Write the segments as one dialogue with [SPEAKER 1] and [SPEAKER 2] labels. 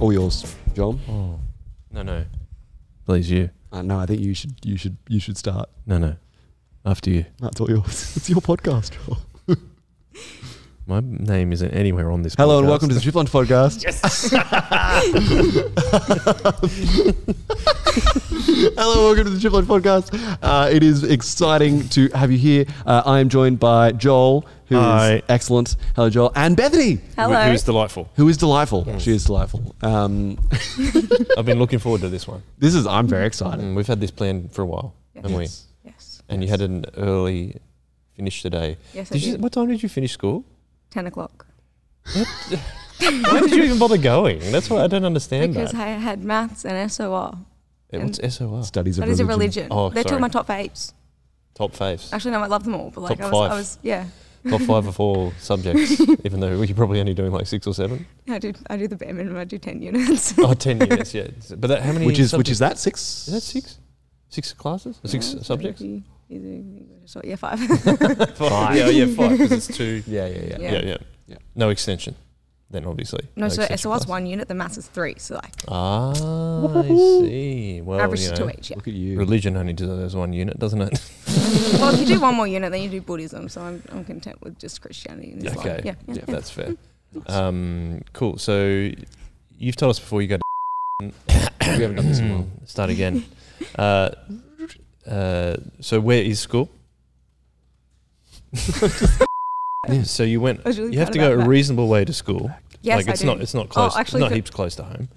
[SPEAKER 1] All yours, John.
[SPEAKER 2] Oh. No, no. Please, you.
[SPEAKER 1] Uh, no, I think you should you should you should start.
[SPEAKER 2] No, no. After you.
[SPEAKER 1] That's all yours. it's your podcast. John.
[SPEAKER 2] My name isn't anywhere on this.
[SPEAKER 1] Hello and
[SPEAKER 2] podcast.
[SPEAKER 1] welcome to the Trip Lunch Podcast. Yes. Hello, welcome to the Trip Lunch Podcast. Uh, it is exciting to have you here. Uh, I am joined by Joel, who is
[SPEAKER 2] Hi.
[SPEAKER 1] excellent. Hello, Joel, and Bethany,
[SPEAKER 3] Hello.
[SPEAKER 4] Who's delightful.
[SPEAKER 1] who is delightful. She is delightful. Um,
[SPEAKER 4] I've been looking forward to this one.
[SPEAKER 1] this is I'm very excited.
[SPEAKER 2] Mm, we've had this planned for a while, haven't we?
[SPEAKER 1] Yes.
[SPEAKER 3] yes.
[SPEAKER 2] And you had an early finish today.
[SPEAKER 3] Yes, I
[SPEAKER 2] Did you,
[SPEAKER 3] did.
[SPEAKER 2] what time did you finish school?
[SPEAKER 3] 10 o'clock.
[SPEAKER 2] Why did you even bother going? That's what I don't understand.
[SPEAKER 3] because
[SPEAKER 2] that.
[SPEAKER 3] I had maths and SOR.
[SPEAKER 2] Eh, What's SOR?
[SPEAKER 1] Studies of
[SPEAKER 3] That is a
[SPEAKER 1] religion.
[SPEAKER 3] religion.
[SPEAKER 2] Oh,
[SPEAKER 3] They're two
[SPEAKER 2] sorry.
[SPEAKER 3] of my top faves.
[SPEAKER 2] Top faves.
[SPEAKER 3] Actually, no, I love them all. But like,
[SPEAKER 2] Top
[SPEAKER 3] I, was,
[SPEAKER 2] five.
[SPEAKER 3] I was, yeah.
[SPEAKER 2] Top five of all subjects, even though you're probably only doing like six or seven.
[SPEAKER 3] I do, I do the bare minimum. I do 10 units.
[SPEAKER 2] Oh, 10 units, yeah. But that, how many
[SPEAKER 1] Which is which is
[SPEAKER 2] subjects-
[SPEAKER 1] that six?
[SPEAKER 2] Is that six? Six classes? Six
[SPEAKER 3] Yeah, so
[SPEAKER 2] subjects?
[SPEAKER 3] you- you do English, so- Yeah, five.
[SPEAKER 2] Five.
[SPEAKER 4] Yeah, yeah, five because it's two.
[SPEAKER 2] Yeah, yeah, yeah.
[SPEAKER 3] Yeah.
[SPEAKER 2] Yeah, yeah.
[SPEAKER 1] Yeah.
[SPEAKER 2] No extension, then obviously.
[SPEAKER 3] no, so
[SPEAKER 2] extension
[SPEAKER 3] SOR is
[SPEAKER 2] class.
[SPEAKER 3] one unit, the maths is three. So like,
[SPEAKER 2] Ah, I
[SPEAKER 1] Woo-hoo.
[SPEAKER 2] see. Well,
[SPEAKER 3] average
[SPEAKER 2] you
[SPEAKER 3] is
[SPEAKER 2] know,
[SPEAKER 3] two each. Yeah.
[SPEAKER 1] Look at you.
[SPEAKER 2] religion only does one unit, doesn't it?
[SPEAKER 3] well, if you do one more unit, then you do Buddhism. So I'm, I'm content with just Christianity and Islam.
[SPEAKER 2] okay.
[SPEAKER 3] Yeah. yeah, yeah.
[SPEAKER 2] that's fair. Um, cool. So you've told us before you go to
[SPEAKER 1] we haven't done this in a while.
[SPEAKER 2] start again. Uh, uh, so where is school?
[SPEAKER 1] Yeah.
[SPEAKER 2] So you went.
[SPEAKER 3] I was really
[SPEAKER 2] You have
[SPEAKER 3] proud
[SPEAKER 2] to go
[SPEAKER 3] about
[SPEAKER 2] a
[SPEAKER 3] that.
[SPEAKER 2] reasonable way to school.
[SPEAKER 3] Yes,
[SPEAKER 2] like
[SPEAKER 3] I
[SPEAKER 2] it's
[SPEAKER 3] do. Oh,
[SPEAKER 2] not. It's not close.
[SPEAKER 3] actually,
[SPEAKER 2] not
[SPEAKER 3] the-
[SPEAKER 2] heaps close to home.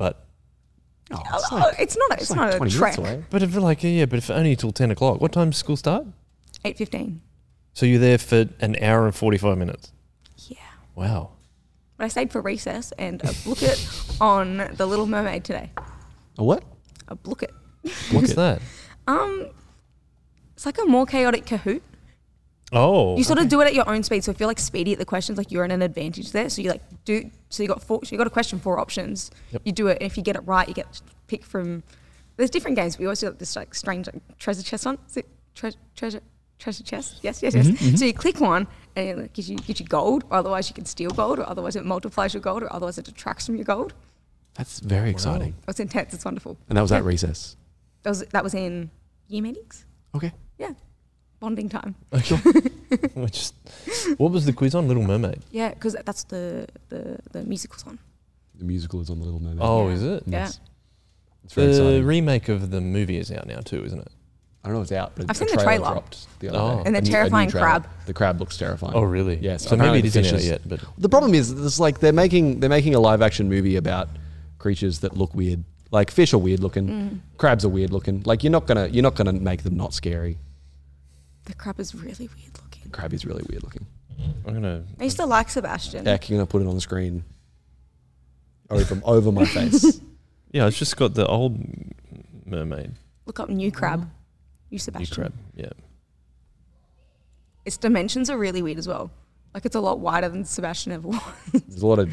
[SPEAKER 1] Oh,
[SPEAKER 3] Oh,
[SPEAKER 1] it's
[SPEAKER 3] oh,
[SPEAKER 1] like,
[SPEAKER 3] it's not. A,
[SPEAKER 1] it's
[SPEAKER 3] it's
[SPEAKER 1] like
[SPEAKER 3] not a
[SPEAKER 1] 20
[SPEAKER 3] trek.
[SPEAKER 1] minutes away.
[SPEAKER 2] But if like yeah, but if only till ten o'clock. What time does school start?
[SPEAKER 3] Eight fifteen.
[SPEAKER 2] So you're there for an hour and forty five minutes.
[SPEAKER 3] Yeah.
[SPEAKER 2] Wow.
[SPEAKER 3] But I stayed for recess and a booklet on The Little Mermaid today.
[SPEAKER 1] A what?
[SPEAKER 3] A booklet.
[SPEAKER 2] What's that?
[SPEAKER 3] Um, it's like a more chaotic Kahoot.
[SPEAKER 2] Oh.
[SPEAKER 3] You sort of do it at your own speed. So if you're like speedy at the questions, like you're in an advantage there. So you like do. So you got four. So you got a question, four options.
[SPEAKER 2] Yep.
[SPEAKER 3] You do it. And if you get it right, you get to pick from. There's different games. We also got this like strange like, treasure chest on. Is it tre- treasure treasure chest? Yes, yes, yes. So you click one. And it gives you, gives you gold, or otherwise you can steal gold, or otherwise it multiplies your gold, or otherwise it detracts from your gold.
[SPEAKER 1] That's very exciting.
[SPEAKER 3] It's intense. It's wonderful.
[SPEAKER 1] And that was at recess.
[SPEAKER 3] That was that was in year meetings.
[SPEAKER 1] Okay.
[SPEAKER 3] Yeah, bonding time.
[SPEAKER 2] We're just, what was the quiz on Little Mermaid?
[SPEAKER 3] Yeah, because that's the the the musical song.
[SPEAKER 1] The musical is on the Little Mermaid.
[SPEAKER 2] Oh,
[SPEAKER 3] Yeah.
[SPEAKER 2] is it?
[SPEAKER 3] Yeah.
[SPEAKER 1] Yes. It's very
[SPEAKER 2] The
[SPEAKER 1] exciting.
[SPEAKER 2] remake of the movie is out now too, isn't it?
[SPEAKER 1] I don't know if it's out, but
[SPEAKER 3] I've
[SPEAKER 1] a
[SPEAKER 3] seen the trailer.
[SPEAKER 1] dropped the other
[SPEAKER 2] Oh.
[SPEAKER 1] day.
[SPEAKER 3] And
[SPEAKER 1] A new- a
[SPEAKER 3] the
[SPEAKER 1] new
[SPEAKER 3] terrifying
[SPEAKER 1] trailer.
[SPEAKER 3] crab.
[SPEAKER 1] The crab looks terrifying.
[SPEAKER 2] Oh, really?
[SPEAKER 1] Yes.
[SPEAKER 2] So maybe it
[SPEAKER 1] Apparently the
[SPEAKER 2] isn't out
[SPEAKER 1] fishes-
[SPEAKER 2] yet, but
[SPEAKER 1] The problem is, it's like they're making they're making a live action movie about creatures that look weird. Like fish are weird looking,
[SPEAKER 3] Mm.
[SPEAKER 1] crabs are weird looking. Like you're not gonna you're not gonna make them not scary.
[SPEAKER 3] The crab is really weird looking.
[SPEAKER 1] Crab is really weird looking.
[SPEAKER 2] I'm gonna.
[SPEAKER 3] I used to like Sebastian.
[SPEAKER 1] Heck, you're gonna put it on the screen over over my face.
[SPEAKER 2] Yeah, it's just got the old Mermaid.
[SPEAKER 3] Look up new
[SPEAKER 1] Mm.
[SPEAKER 3] crab. New
[SPEAKER 2] New
[SPEAKER 3] Sebastian.
[SPEAKER 2] crab. Yeah.
[SPEAKER 3] Its dimensions are really weird as well. Like it's a lot wider than Sebastian ever was.
[SPEAKER 1] There's a lot of.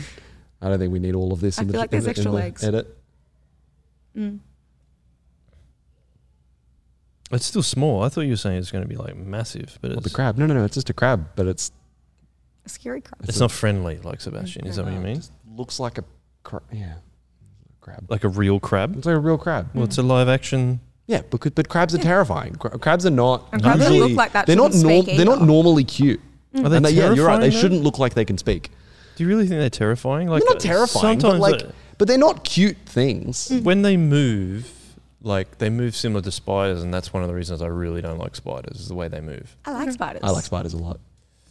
[SPEAKER 1] I don't think we need all of this
[SPEAKER 3] I
[SPEAKER 1] in the,
[SPEAKER 3] feel like
[SPEAKER 1] in
[SPEAKER 3] there's
[SPEAKER 1] the- in
[SPEAKER 3] extra
[SPEAKER 1] the
[SPEAKER 3] legs.
[SPEAKER 1] edit. Mm.
[SPEAKER 2] It's still small. I thought you were saying it's going to be like massive, but
[SPEAKER 1] Well,
[SPEAKER 2] it's,
[SPEAKER 1] the crab. No, no, no. It's just a crab, but it's
[SPEAKER 3] A scary crab.
[SPEAKER 2] it's not friendly like Sebastian. Is that what you mean?
[SPEAKER 1] uh, Just looks like a crab. Yeah, crab.
[SPEAKER 2] Like a real crab?
[SPEAKER 1] It's like a real crab.
[SPEAKER 2] Well, it's a live action.
[SPEAKER 1] Yeah, because but crabs are terrifying. Cra- crabs are not
[SPEAKER 3] And crabs that
[SPEAKER 1] usually.
[SPEAKER 3] look like that
[SPEAKER 1] they're not
[SPEAKER 3] shouldn't
[SPEAKER 1] norm,
[SPEAKER 3] speak
[SPEAKER 1] They're not
[SPEAKER 3] either. Mm.
[SPEAKER 1] normally cute.
[SPEAKER 2] Are they
[SPEAKER 1] and they, yeah, you're right. They
[SPEAKER 2] terrifying, though?
[SPEAKER 1] shouldn't look like they can speak.
[SPEAKER 2] Do you really think they're terrifying? Like
[SPEAKER 1] they're not
[SPEAKER 2] uh,
[SPEAKER 1] terrifying, but
[SPEAKER 2] Sometimes
[SPEAKER 1] like,
[SPEAKER 2] uh,
[SPEAKER 1] but they're not cute things.
[SPEAKER 3] Mm.
[SPEAKER 2] when they move, like they move similar to spiders, and that's one of the reasons I really don't like spiders is the way they move.
[SPEAKER 3] I like spiders.
[SPEAKER 1] I like spiders a lot.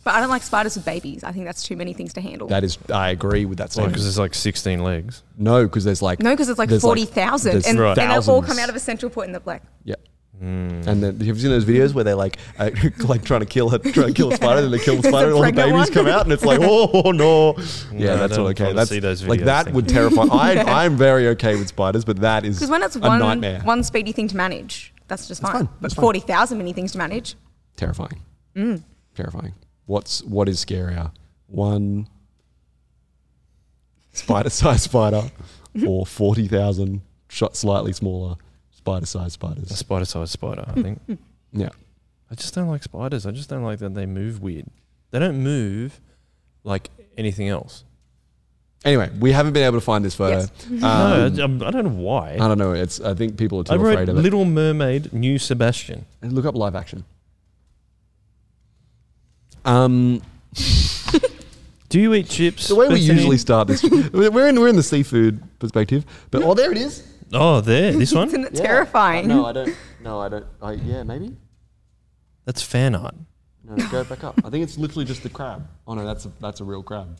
[SPEAKER 3] But I don't like spiders with babies. I think that's too many things to handle.
[SPEAKER 1] That is, I agree with that statement.
[SPEAKER 2] because there's like 16 legs.
[SPEAKER 1] no, because there's like
[SPEAKER 3] no, because it's like
[SPEAKER 1] there's,
[SPEAKER 3] forty thousand,
[SPEAKER 1] there's
[SPEAKER 3] and, and they all
[SPEAKER 1] thousands.
[SPEAKER 3] come out of a central point in the black.
[SPEAKER 1] Yeah.
[SPEAKER 2] Hmm.
[SPEAKER 1] And then have you seen those videos where they like uh, like trying to kill a trying to kill a spider, then they kill the
[SPEAKER 3] There's a
[SPEAKER 1] spider, and all the
[SPEAKER 3] pregnant
[SPEAKER 1] babies
[SPEAKER 3] one.
[SPEAKER 1] come out, and it's like, oh no, yeah,
[SPEAKER 2] I
[SPEAKER 1] that's
[SPEAKER 2] don't
[SPEAKER 1] all okay.
[SPEAKER 2] wanna
[SPEAKER 1] That's
[SPEAKER 2] see those
[SPEAKER 1] like
[SPEAKER 2] videos,
[SPEAKER 1] that
[SPEAKER 2] thank
[SPEAKER 1] would terrify. I I'm very okay with spiders, but that is
[SPEAKER 3] Because when it's
[SPEAKER 1] a
[SPEAKER 3] one
[SPEAKER 1] nightmare,
[SPEAKER 3] one speedy thing to manage, that's just fine.
[SPEAKER 1] fine,
[SPEAKER 3] But
[SPEAKER 1] that's fine.
[SPEAKER 3] forty thousand many things to manage.
[SPEAKER 1] terrifying,
[SPEAKER 3] Mm.
[SPEAKER 1] terrifying. What's what is scarier, one spider-sized spider, or forty thousand slightly smaller spider-sized
[SPEAKER 2] A
[SPEAKER 1] spiders?
[SPEAKER 2] spider-sized spider,
[SPEAKER 1] Hmm.
[SPEAKER 2] I think.
[SPEAKER 1] Yeah,
[SPEAKER 2] I just don't like spiders. I just don't like that they move weird. They don't move like anything else.
[SPEAKER 1] Anyway, we haven't been able to find this photo.
[SPEAKER 3] Yes.
[SPEAKER 1] Um,
[SPEAKER 2] no, I don't- I don't know why.
[SPEAKER 1] I don't know. It's I think people are too
[SPEAKER 2] I wrote
[SPEAKER 1] afraid of it.
[SPEAKER 2] Little Mermaid, New Sebastian.
[SPEAKER 1] And Look up live action. Um,
[SPEAKER 2] Do you eat chips?
[SPEAKER 1] the way we
[SPEAKER 2] Bethany?
[SPEAKER 1] usually start this, we're in we're in the seafood perspective, but oh, there it is.
[SPEAKER 2] Oh, there, this one.
[SPEAKER 3] Isn't it terrifying?
[SPEAKER 1] Uh, No, I don't. No, I don't. I, yeah, maybe.
[SPEAKER 2] That's fan art.
[SPEAKER 1] No, go back up. I think it's literally just the crab. Oh no, that's a that's a real crab.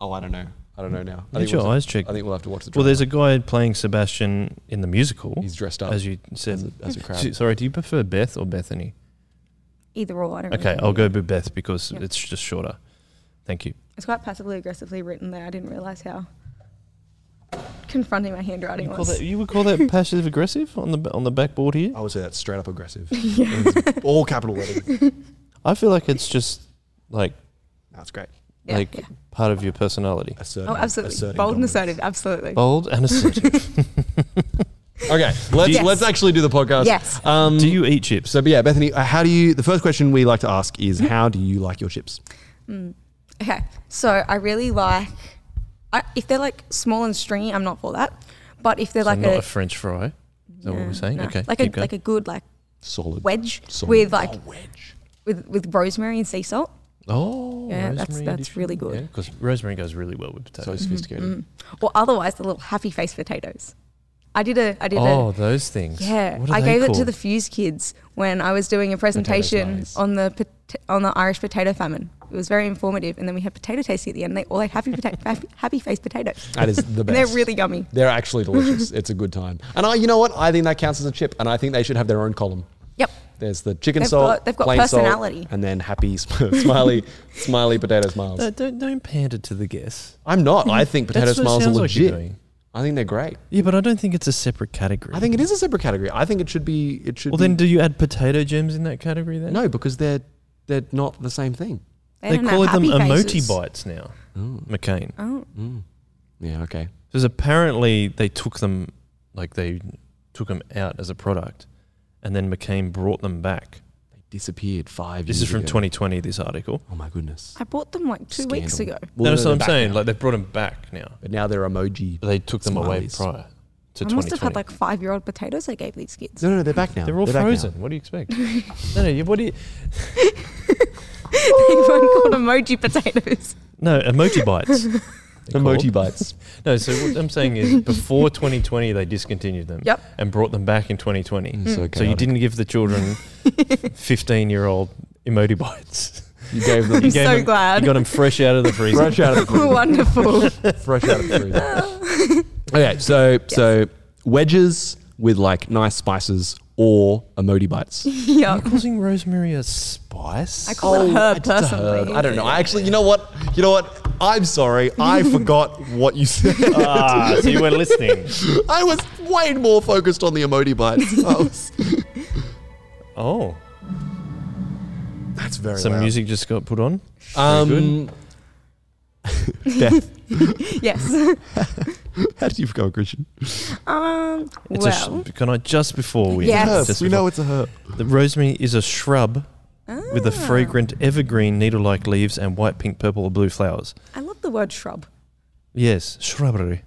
[SPEAKER 1] Oh, I don't know. I don't know now. I
[SPEAKER 2] Get
[SPEAKER 1] think
[SPEAKER 2] your
[SPEAKER 1] we'll-
[SPEAKER 2] eyes checked.
[SPEAKER 1] I think we'll have to watch the.
[SPEAKER 2] Well,
[SPEAKER 1] trailer.
[SPEAKER 2] there's a guy playing Sebastian in the musical.
[SPEAKER 1] he's dressed up
[SPEAKER 2] as
[SPEAKER 1] as,
[SPEAKER 2] you
[SPEAKER 1] a,
[SPEAKER 2] said.
[SPEAKER 1] as a crab.
[SPEAKER 2] S- Sorry, do you prefer Beth or Bethany?
[SPEAKER 3] Either or, I don't
[SPEAKER 2] Okay,
[SPEAKER 3] really
[SPEAKER 2] I'll go with Beth because
[SPEAKER 3] Yeah.
[SPEAKER 2] it's just shorter. Thank you.
[SPEAKER 3] It's quite passively aggressively written there. I didn't realise how confronting my handwriting
[SPEAKER 2] You, call
[SPEAKER 3] was.
[SPEAKER 2] that, you would call that passive aggressive on the b- on the backboard here.
[SPEAKER 1] I would say that's straight up aggressive. It's all capital letters.
[SPEAKER 2] I feel like it's just like
[SPEAKER 1] That's great.
[SPEAKER 3] Yeah,
[SPEAKER 2] like
[SPEAKER 3] yeah.
[SPEAKER 2] part of your personality.
[SPEAKER 1] Assertive,
[SPEAKER 3] Oh, absolutely.
[SPEAKER 1] asserting
[SPEAKER 3] Bold and
[SPEAKER 1] dominance.
[SPEAKER 3] assertive, absolutely.
[SPEAKER 2] Bold and assertive.
[SPEAKER 1] Okay, let's
[SPEAKER 3] Yes.
[SPEAKER 1] let's actually do the podcast.
[SPEAKER 3] Yes.
[SPEAKER 1] Um,
[SPEAKER 2] do you eat chips?
[SPEAKER 1] so, but yeah, Bethany, uh, how do you? The first question we like to ask is,
[SPEAKER 3] Mm-hmm.
[SPEAKER 1] how do you like your chips?
[SPEAKER 3] Mm. Okay, so I really like, I, if they're like small and stringy, I'm not for that. But if they're
[SPEAKER 2] So
[SPEAKER 3] like
[SPEAKER 2] not a,
[SPEAKER 3] a,
[SPEAKER 2] French fry. Is that what
[SPEAKER 3] no,
[SPEAKER 2] we're saying?
[SPEAKER 3] no.
[SPEAKER 2] Okay.
[SPEAKER 3] like a
[SPEAKER 2] keep going.
[SPEAKER 3] like a good like
[SPEAKER 1] Solid.
[SPEAKER 3] wedge
[SPEAKER 1] Solid.
[SPEAKER 3] with like
[SPEAKER 1] Oh, wedge.
[SPEAKER 3] with with rosemary and sea salt.
[SPEAKER 2] oh,
[SPEAKER 3] Yeah, that's-
[SPEAKER 2] rosemary
[SPEAKER 3] that's really good. Mm-hmm.
[SPEAKER 2] Because rosemary goes really well with
[SPEAKER 1] So
[SPEAKER 2] potatoes.
[SPEAKER 1] sophisticated.
[SPEAKER 3] Or otherwise, the little happy face potatoes. I did a I did a
[SPEAKER 2] oh, those things.
[SPEAKER 3] Yeah,
[SPEAKER 2] What are
[SPEAKER 3] I
[SPEAKER 2] they
[SPEAKER 3] gave it to
[SPEAKER 2] called?
[SPEAKER 3] the Fuse kids when I was doing a presentation
[SPEAKER 1] nice.
[SPEAKER 3] on the pot- on the Irish potato famine. It was very informative, and then we had potato tasting at the end. They all ate happy potato, happy, happy face potatoes.
[SPEAKER 1] That is the
[SPEAKER 3] And
[SPEAKER 1] best.
[SPEAKER 3] they're really yummy.
[SPEAKER 1] They're actually delicious. it's a good time. And I, you know what? I think that counts as a chip, and I think they should have their own column.
[SPEAKER 3] Yep.
[SPEAKER 1] There's the chicken
[SPEAKER 3] They've
[SPEAKER 1] salt.
[SPEAKER 3] got- they've got
[SPEAKER 1] plain salt,
[SPEAKER 3] personality.
[SPEAKER 1] and then happy sm- smiley, smiley potato smiles.
[SPEAKER 2] No, don't don't pander to the guess.
[SPEAKER 1] I'm not. I think
[SPEAKER 2] That's
[SPEAKER 1] potato
[SPEAKER 2] what it
[SPEAKER 1] smiles are
[SPEAKER 2] sounds like you're
[SPEAKER 1] legit.
[SPEAKER 2] doing.
[SPEAKER 1] I think they're great.
[SPEAKER 2] Yeah, but I don't think it's a separate category.
[SPEAKER 1] I think it is a separate category. I think it should be. It should.
[SPEAKER 2] Well,
[SPEAKER 1] be-
[SPEAKER 2] then do you add potato gems in that category then?
[SPEAKER 1] no, because they're they're not the same thing.
[SPEAKER 2] They
[SPEAKER 3] don't
[SPEAKER 2] call
[SPEAKER 3] have
[SPEAKER 2] them
[SPEAKER 3] happy
[SPEAKER 2] emoti
[SPEAKER 3] faces.
[SPEAKER 2] bites now. McCain.
[SPEAKER 3] Oh,
[SPEAKER 1] Mm, Yeah. Okay.
[SPEAKER 2] Because apparently they took them, like they took them out as a product, and then McCain brought them back.
[SPEAKER 1] They disappeared five.
[SPEAKER 2] This
[SPEAKER 1] years
[SPEAKER 2] is from
[SPEAKER 1] ago.
[SPEAKER 2] 2020. This article.
[SPEAKER 1] Oh my goodness.
[SPEAKER 3] I bought them like two weeks ago.
[SPEAKER 1] Scandal.
[SPEAKER 2] No,
[SPEAKER 1] Well,
[SPEAKER 2] that's what
[SPEAKER 1] they're
[SPEAKER 2] I'm
[SPEAKER 1] back
[SPEAKER 2] saying.
[SPEAKER 1] now.
[SPEAKER 2] Like they brought them back now.
[SPEAKER 1] but now they're emoji.
[SPEAKER 2] But they took them
[SPEAKER 1] Smileys.
[SPEAKER 2] away prior to
[SPEAKER 3] I must have
[SPEAKER 2] 2020.
[SPEAKER 3] had like five year old potatoes I gave these kids.
[SPEAKER 1] No, no, no. They're back now.
[SPEAKER 2] They're all
[SPEAKER 1] back now.
[SPEAKER 2] frozen. What do you expect? no, no. you- What do you?
[SPEAKER 3] they weren't called emoji potatoes.
[SPEAKER 2] No, emoji bites. They're
[SPEAKER 1] Emoji
[SPEAKER 2] called.
[SPEAKER 1] bites.
[SPEAKER 2] No, so what I'm saying is before 2020 they discontinued them
[SPEAKER 3] Yep.
[SPEAKER 2] and brought them back in 2020.
[SPEAKER 1] Mm, so
[SPEAKER 2] So you
[SPEAKER 1] chaotic.
[SPEAKER 2] didn't give the children 15 year old emoji bites.
[SPEAKER 1] You gave them
[SPEAKER 3] I'm
[SPEAKER 2] gave
[SPEAKER 3] so
[SPEAKER 2] them-
[SPEAKER 3] glad.
[SPEAKER 2] You got them fresh out of the freezer.
[SPEAKER 1] fresh out of the freezer.
[SPEAKER 3] Wonderful.
[SPEAKER 1] fresh out of the freezer. okay, so so wedges with like nice spices or emoji bites.
[SPEAKER 2] Are you
[SPEAKER 3] yep.
[SPEAKER 2] causing rosemary a spice?
[SPEAKER 3] I call it herb
[SPEAKER 1] It's a herb.
[SPEAKER 3] personally.
[SPEAKER 1] Uh, I don't know. I actually, you know what? You know what? I'm sorry. I forgot what you said.
[SPEAKER 2] ah, so you were listening.
[SPEAKER 1] I was way more focused on the emoji bites. I was-
[SPEAKER 2] Oh,
[SPEAKER 1] that's very
[SPEAKER 2] some
[SPEAKER 1] loud.
[SPEAKER 2] music just got put on.
[SPEAKER 1] Um, Death.
[SPEAKER 3] Yes.
[SPEAKER 1] How did you become a Christian?
[SPEAKER 3] um.
[SPEAKER 2] It's a sh-
[SPEAKER 3] well.
[SPEAKER 2] can I just before we
[SPEAKER 3] Yes.
[SPEAKER 1] Herb.
[SPEAKER 2] just
[SPEAKER 1] We
[SPEAKER 2] before-
[SPEAKER 1] know it's a herb.
[SPEAKER 2] the rosemary is a shrub with a
[SPEAKER 3] Ah.
[SPEAKER 2] fragrant evergreen needle-like leaves and white, pink, purple, or blue flowers.
[SPEAKER 3] I love the word shrub.
[SPEAKER 2] Yes, shrubbery.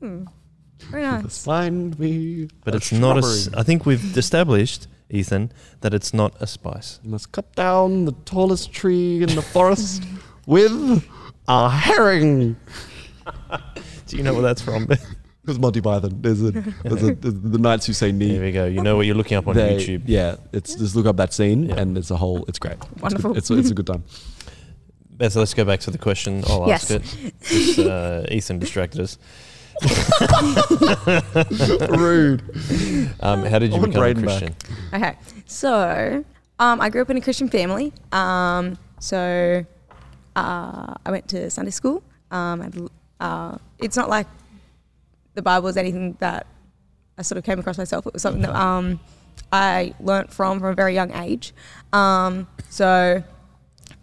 [SPEAKER 3] Very nice.
[SPEAKER 1] Find me.
[SPEAKER 2] But
[SPEAKER 1] a
[SPEAKER 2] it's not a. s-
[SPEAKER 1] shrubbery.
[SPEAKER 2] I think we've established, Ethan, that it's not a spice.
[SPEAKER 1] You must cut down the tallest tree in the forest with a herring.
[SPEAKER 2] Do you know where that's from?
[SPEAKER 1] Because Monty Python, there's a, there's a there's the knights who say
[SPEAKER 2] there
[SPEAKER 1] knee.
[SPEAKER 2] we go. You know what you're looking up on
[SPEAKER 1] They-
[SPEAKER 2] YouTube.
[SPEAKER 1] Yeah, it's just look up that scene,
[SPEAKER 2] Yeah.
[SPEAKER 1] and it's a whole. It's great.
[SPEAKER 3] Wonderful.
[SPEAKER 1] It's good. It's, it's a good time.
[SPEAKER 2] Beth, let's go back to the question. I'll
[SPEAKER 3] Yes.
[SPEAKER 2] ask it. Just, uh, Ethan distracted us.
[SPEAKER 1] Rude.
[SPEAKER 2] Um, how did
[SPEAKER 1] I
[SPEAKER 2] you
[SPEAKER 1] want
[SPEAKER 2] become a
[SPEAKER 1] Braden back.
[SPEAKER 2] Christian?
[SPEAKER 3] Okay. So, um, I grew up in a Christian family. Um, so, uh, I went to Sunday school. Um, I'd l- uh, it's not like the Bible is anything that I sort of came across myself. It was something that um, I learnt from from a very young age. Um, so,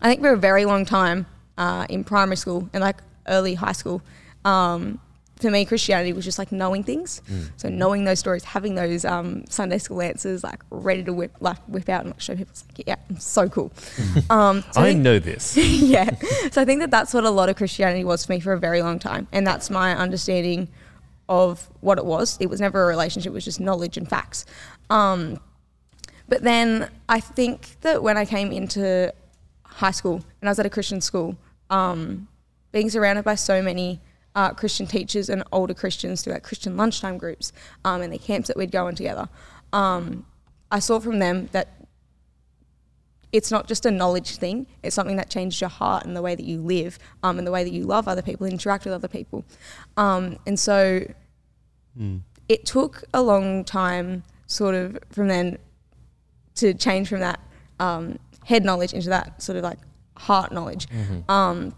[SPEAKER 3] I think for a very long time uh, in primary school and like early high school, um, for me, Christianity was just like knowing things. So knowing those stories, having those um, Sunday school answers, like ready to whip like whip out and like, show people, it's like, yeah, I'm so cool. um, so
[SPEAKER 2] I
[SPEAKER 3] think-
[SPEAKER 2] know this.
[SPEAKER 3] yeah. So I think that that's what a lot of Christianity was for me for a very long time. And that's my understanding of what it was. It was never a relationship, it was just knowledge and facts. Um, but then I think that when I came into high school and I was at a Christian school, um, being surrounded by so many uh, Christian teachers and older Christians through like Christian lunchtime groups um, and the camps that we'd go on together, um, I saw from them that it's not just a knowledge thing. It's something that changes your heart and the way that you live um, and the way that you love other people, interact with other people. Um, and so
[SPEAKER 1] Hmm.
[SPEAKER 3] it took a long time, sort of from then, to change from that um, head knowledge into that sort of like heart knowledge.
[SPEAKER 2] Mm-hmm.
[SPEAKER 3] Um,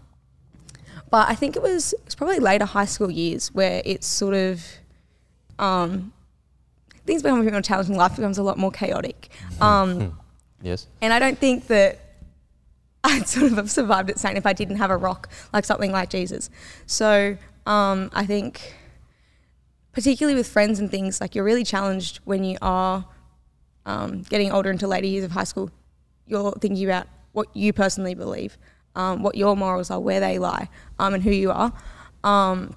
[SPEAKER 3] but I think it was, it was probably later high school years where it's sort of. Um, things become a bit more challenging. Life becomes a lot more chaotic. Um,
[SPEAKER 4] Yes.
[SPEAKER 3] and I don't think that I'd sort of have survived at Saint if I didn't have a rock, like something like Jesus. So um, I think, particularly with friends and things, like you're really challenged when you are um, getting older into later years of high school. You're thinking about what you personally believe, um, what your morals are, where they lie, um, and who you are. Um,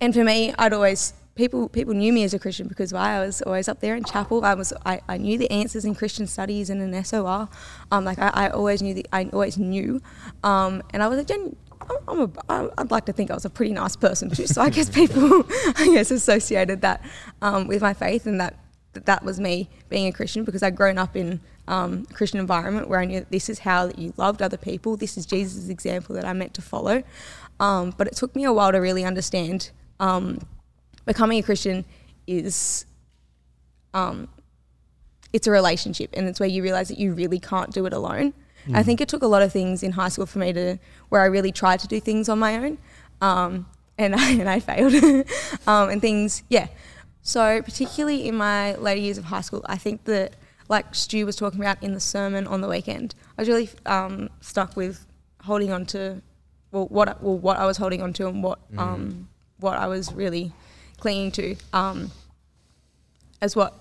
[SPEAKER 3] and for me, I'd always people people knew me as a Christian because why I was always up there in chapel. I was I, I knew the answers in Christian studies and in SOR. Um, like I, I always knew the I always knew, um, and I was a gen. I'm- I'm a, I- I'd like to think I was a pretty nice person too, so I guess people, I guess, associated that um, with my faith and that that that was me being a Christian because I'd grown up in um, a Christian environment where I knew that this is how that you loved other people. This is Jesus' example that I meant to follow. Um, but it took me a while to really understand um, becoming a Christian is um, it's a relationship and it's where you realize that you really can't do it alone. I think it took a lot of things in high school for me to where I really tried to do things on my own um, and, I, and I failed um, and things, yeah. So particularly in my later years of high school, I think that like Stu was talking about in the sermon on the weekend, I was really um, stuck with holding on to well what I- well what I was holding on to and what um, what I was really clinging to um, as what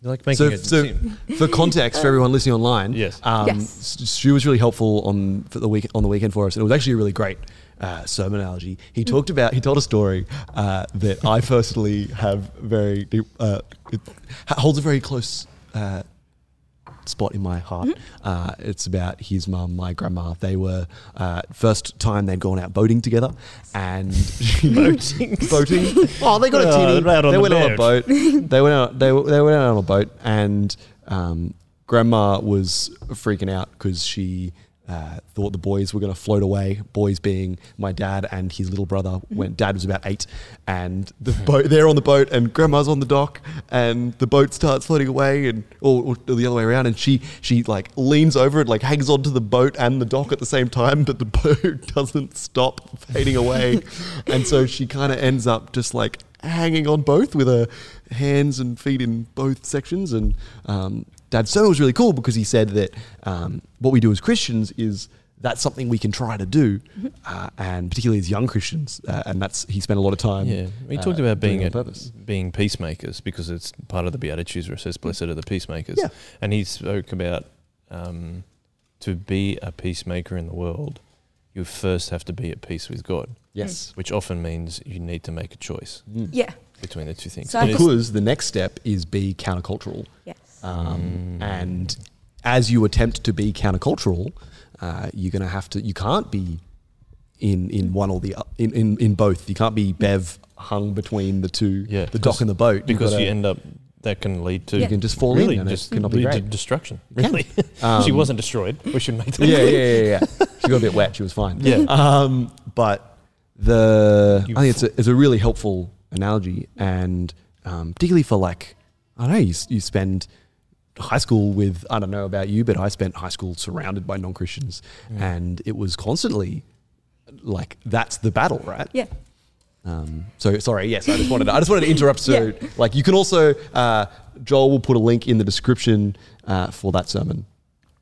[SPEAKER 2] You're like making
[SPEAKER 1] So,
[SPEAKER 2] it
[SPEAKER 1] so
[SPEAKER 2] seem-
[SPEAKER 1] for context for everyone listening online,
[SPEAKER 2] Yes.
[SPEAKER 1] um,
[SPEAKER 3] Yes.
[SPEAKER 1] S- Stu was really helpful on for the week on the weekend for us, and it was actually a really great uh, sermon analogy. He talked about he told a story uh, that I personally have very deep, uh, it ha- holds a very close. Uh, spot in my heart. Uh, it's about his mum, my grandma. They were uh, first time they'd gone out boating together, and boating, boating. Oh, they got a
[SPEAKER 2] Oh,
[SPEAKER 1] tinny.
[SPEAKER 2] they're out on
[SPEAKER 1] they
[SPEAKER 2] the
[SPEAKER 1] went on a boat. they went out. They, w- they went out on a boat, and um, grandma was freaking out because she. Uh, thought the boys were going to float away. Boys being my dad and his little brother. When dad was about eight, and the boat, they're on the boat, and grandma's on the dock, and the boat starts floating away, and or, or the other way around, and she she like leans over and like hangs onto the boat and the dock at the same time, but the boat doesn't stop fading away, and so she kind of ends up just like hanging on both with her hands and feet in both sections. And um, Dad Stone was really cool because he said that um, what we do as Christians is that's something we can try to do,
[SPEAKER 2] Mm-hmm.
[SPEAKER 1] uh, and particularly as young Christians. Uh, and that's he spent a lot of time.
[SPEAKER 2] yeah, we
[SPEAKER 1] uh,
[SPEAKER 2] talked about
[SPEAKER 1] doing
[SPEAKER 2] being
[SPEAKER 1] it
[SPEAKER 2] a,
[SPEAKER 1] on purpose.
[SPEAKER 2] being peacemakers because it's part of the Beatitudes where it says, "Blessed are the peacemakers."
[SPEAKER 1] Yeah.
[SPEAKER 2] and he spoke about um, to be a peacemaker in the world, you first have to be at peace with God,
[SPEAKER 1] Yes.
[SPEAKER 2] which often means you need to make a choice
[SPEAKER 1] Mm.
[SPEAKER 3] yeah
[SPEAKER 2] between the two things.
[SPEAKER 3] So I
[SPEAKER 2] And it's-
[SPEAKER 1] Because the next step is be countercultural.
[SPEAKER 3] yes
[SPEAKER 1] um,
[SPEAKER 2] Mm.
[SPEAKER 1] and as you attempt to be countercultural, uh, you're gonna have to. You can't be in in one or the o- in in, in both. You can't be Bev hung between the two,
[SPEAKER 2] Yeah,
[SPEAKER 1] the dock and the boat, You've
[SPEAKER 2] because
[SPEAKER 1] gotta-
[SPEAKER 2] you end up that can lead to
[SPEAKER 1] uh, you can just fall
[SPEAKER 2] really
[SPEAKER 1] in and
[SPEAKER 2] just
[SPEAKER 1] it cannot be
[SPEAKER 2] lead to
[SPEAKER 1] great.
[SPEAKER 2] destruction.
[SPEAKER 1] It can.
[SPEAKER 2] Really,
[SPEAKER 1] Um,
[SPEAKER 2] she wasn't destroyed. We should make that
[SPEAKER 1] yeah,
[SPEAKER 2] clear.
[SPEAKER 1] yeah, yeah, yeah. she got a bit wet. She was fine.
[SPEAKER 2] Yeah.
[SPEAKER 1] Um, but the
[SPEAKER 2] You
[SPEAKER 1] I think it's a, it's a really helpful analogy, and um, particularly for like I don't know, you, s- you spend high school with I don't know about you, but I spent high school surrounded by non Christians, and it was constantly like that's the battle, right?
[SPEAKER 3] yeah
[SPEAKER 1] Um, so sorry, yes, I just wanted to, I just wanted to interrupt. So like you can also uh, Joel will put a link in the description uh, for that sermon.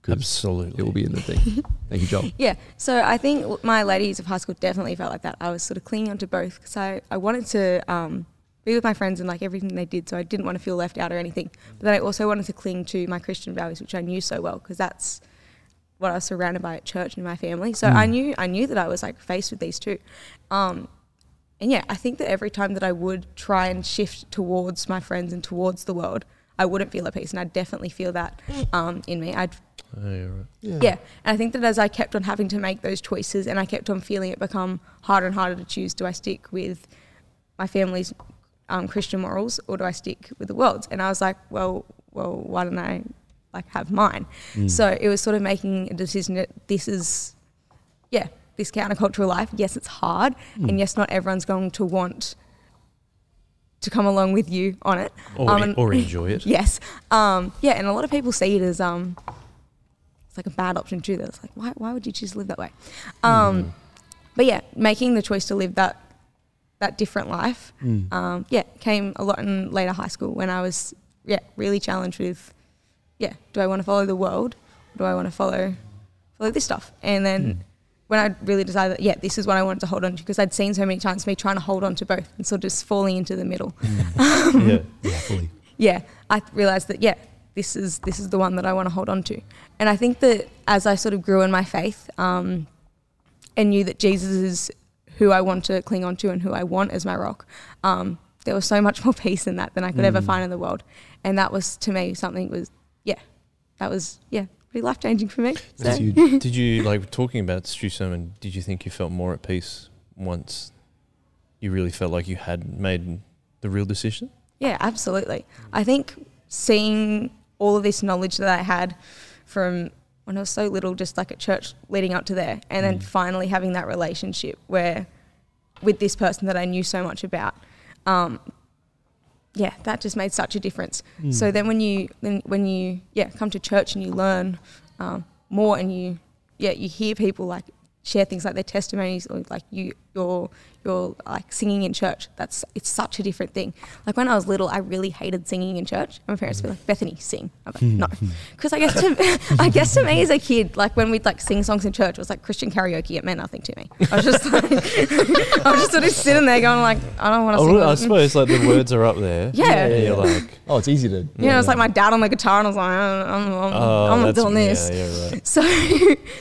[SPEAKER 1] because
[SPEAKER 2] Absolutely.
[SPEAKER 1] it will be in the thing. Thank you, Joel.
[SPEAKER 3] Yeah. So I think my ladies of high school definitely felt like that. I was sort of clinging onto both because I, I wanted to um, be with my friends and like everything they did. So I didn't want to feel left out or anything. But then I also wanted to cling to my Christian values, which I knew so well because that's what I was surrounded by at church and my family. So I knew I knew that I was like faced with these two. Um, and yeah, I think that every time that I would try and shift towards my friends and towards the world, I wouldn't feel at peace. And I definitely feel that um, in me. I'd
[SPEAKER 2] Oh, yeah, right.
[SPEAKER 3] yeah. And I think that as I kept on having to make those choices and I kept on feeling it become harder and harder to choose do I stick with my family's um, Christian morals or do I stick with the world's? And I was like, well, well, why don't I like have mine? So it was sort of making a decision that this is, yeah, this countercultural life. Yes, it's hard. And yes, not everyone's going to want to come along with you on it.
[SPEAKER 2] Or,
[SPEAKER 3] Um, and-
[SPEAKER 2] or enjoy it.
[SPEAKER 3] Yes. Um, yeah, and a lot of people see it as um, it's like a bad option too. That's like, why, why would you choose to live that way? Um, But yeah, making the choice to live that that different life, um, yeah, came a lot in later high school when I was yeah really challenged with, yeah, do I want to follow the world? Or do I want to follow follow this stuff? And then. When I really decided that, yeah, this is what I wanted to hold on to, because I'd seen so many times me trying to hold on to both and sort of just falling into the middle
[SPEAKER 4] yeah.
[SPEAKER 1] Yeah, fully.
[SPEAKER 3] yeah, I realized that yeah, this is this is the one that I want to hold on to. And I think that as I sort of grew in my faith, um, and knew that Jesus is who I want to cling on to and who I want as my rock, um, there was so much more peace in that than I could ever find in the world. And that was to me something was yeah, that was yeah, pretty life changing for me.
[SPEAKER 1] That's
[SPEAKER 3] So,
[SPEAKER 1] huge.
[SPEAKER 2] did you like talking about Stu Sermon? Did you think you felt more at peace once you really felt like you had made the real decision?
[SPEAKER 3] Yeah, absolutely. I think seeing all of this knowledge that I had from when I was so little, just like at church leading up to there, and then finally having that relationship where with this person that I knew so much about, um, yeah, that just made such a difference. So then when you then when you yeah come to church and you learn um, more and you yeah you hear people like share things like their testimonies or like you your your like singing in church that's it's such a different thing like when i was little i really hated singing in church my parents would be like bethany sing i'm like no because i guess to i guess to me as a kid like when we'd like sing songs in church it was like christian karaoke it meant nothing to me i was just like i was just sort of sitting there going like i don't want to sing
[SPEAKER 4] Oh, I suppose like the words are up there.
[SPEAKER 3] Yeah.
[SPEAKER 4] And you're like,
[SPEAKER 1] Oh, it's easy to.
[SPEAKER 3] you know, it's like my dad on the guitar, and I was like, I'm, I'm, I'm,
[SPEAKER 4] oh,
[SPEAKER 3] I'm
[SPEAKER 4] that's-
[SPEAKER 3] not doing this.
[SPEAKER 4] Yeah, yeah, right.
[SPEAKER 3] So,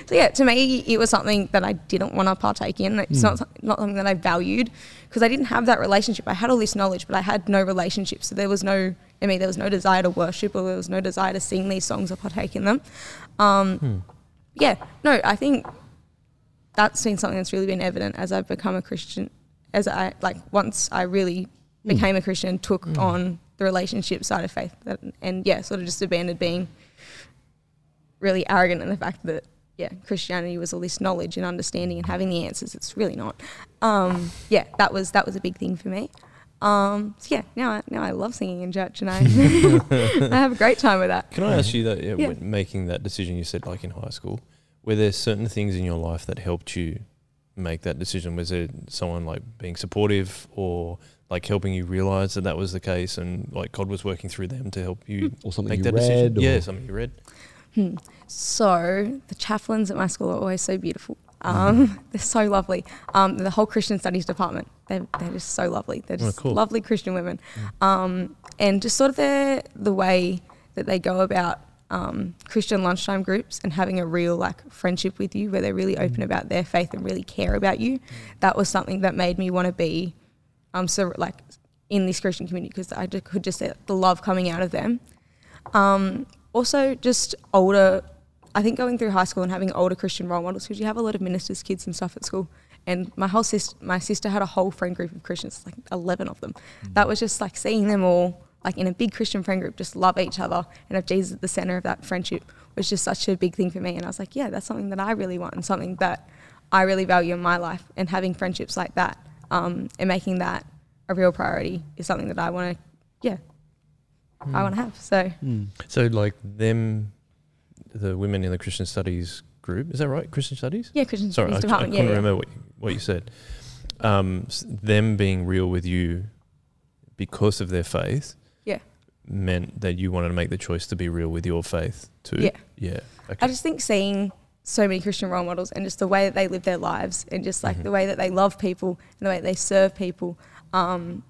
[SPEAKER 3] so yeah, to me, it was something that I didn't want to partake in. It's not not something that I valued because I didn't have that relationship. I had all this knowledge, but I had no relationship. So there was no, I mean, there was no desire to worship, or there was no desire to sing these songs or partake in them. Um, Yeah, no, I think that's been something that's really been evident as I've become a Christian. As I like, once I really became a Christian, took on the relationship side of faith, that, and yeah, sort of just abandoned being really arrogant in the fact that yeah, Christianity was all this knowledge and understanding and having the answers. It's really not. Um, yeah, that was that was a big thing for me. Um, so yeah, now I, now I love singing in church and I I have a great time with that.
[SPEAKER 2] Can I ask you that yeah,
[SPEAKER 3] Yeah.
[SPEAKER 2] when making that decision you said like in high school, were there certain things in your life that helped you make that decision? Was it someone like being supportive or like helping you realize that that was the case and like God was working through them to help you
[SPEAKER 3] Hmm.
[SPEAKER 1] Or something
[SPEAKER 2] make
[SPEAKER 1] you
[SPEAKER 2] that
[SPEAKER 1] read.
[SPEAKER 2] decision?
[SPEAKER 1] Or,
[SPEAKER 2] Yeah, something you read.
[SPEAKER 3] So the chaplains at my school are always so beautiful.
[SPEAKER 2] Mm.
[SPEAKER 3] Um, they're so lovely. Um, the whole Christian studies department, they're, they're just so lovely. They're
[SPEAKER 2] Oh,
[SPEAKER 3] just
[SPEAKER 2] cool. Mm.
[SPEAKER 3] lovely Christian women. Um, and just sort of the, the way that they go about um, Christian lunchtime groups and having a real like friendship with you where they're really
[SPEAKER 2] Mm.
[SPEAKER 3] open about their faith and really care about you. That was something that made me want to be um, so like in this Christian community because I ju- could just see the love coming out of them. Um, also, just older. I think going through high school and having older Christian role models because you have a lot of ministers' kids and stuff at school. And my whole sis, my sister had a whole friend group of Christians, like eleven of them. That was just like seeing them all like in a big Christian friend group, just love each other and have Jesus at the center of that friendship was just such a big thing for me. And I was like, yeah, that's something that I really want and something that I really value in my life. And having friendships like that um, and making that a real priority is something that I want to, yeah, I want to have. So.
[SPEAKER 2] So like them, the women in the Christian studies group, is that right? Christian studies?
[SPEAKER 3] Yeah, Christian
[SPEAKER 2] Sorry, I,
[SPEAKER 3] Studies
[SPEAKER 2] I
[SPEAKER 3] Department.
[SPEAKER 2] couldn't
[SPEAKER 3] yeah, yeah.
[SPEAKER 2] remember what, what you said. Um, s- them being real with you because of their faith.
[SPEAKER 3] Yeah.
[SPEAKER 2] meant that you wanted to make the choice to be real with your faith too.
[SPEAKER 3] Yeah.
[SPEAKER 2] Yeah. Okay.
[SPEAKER 3] I just think seeing so many Christian role models and just the way that they live their lives and just
[SPEAKER 2] Mm-hmm.
[SPEAKER 3] like the way that they love people and the way that they serve people. Um,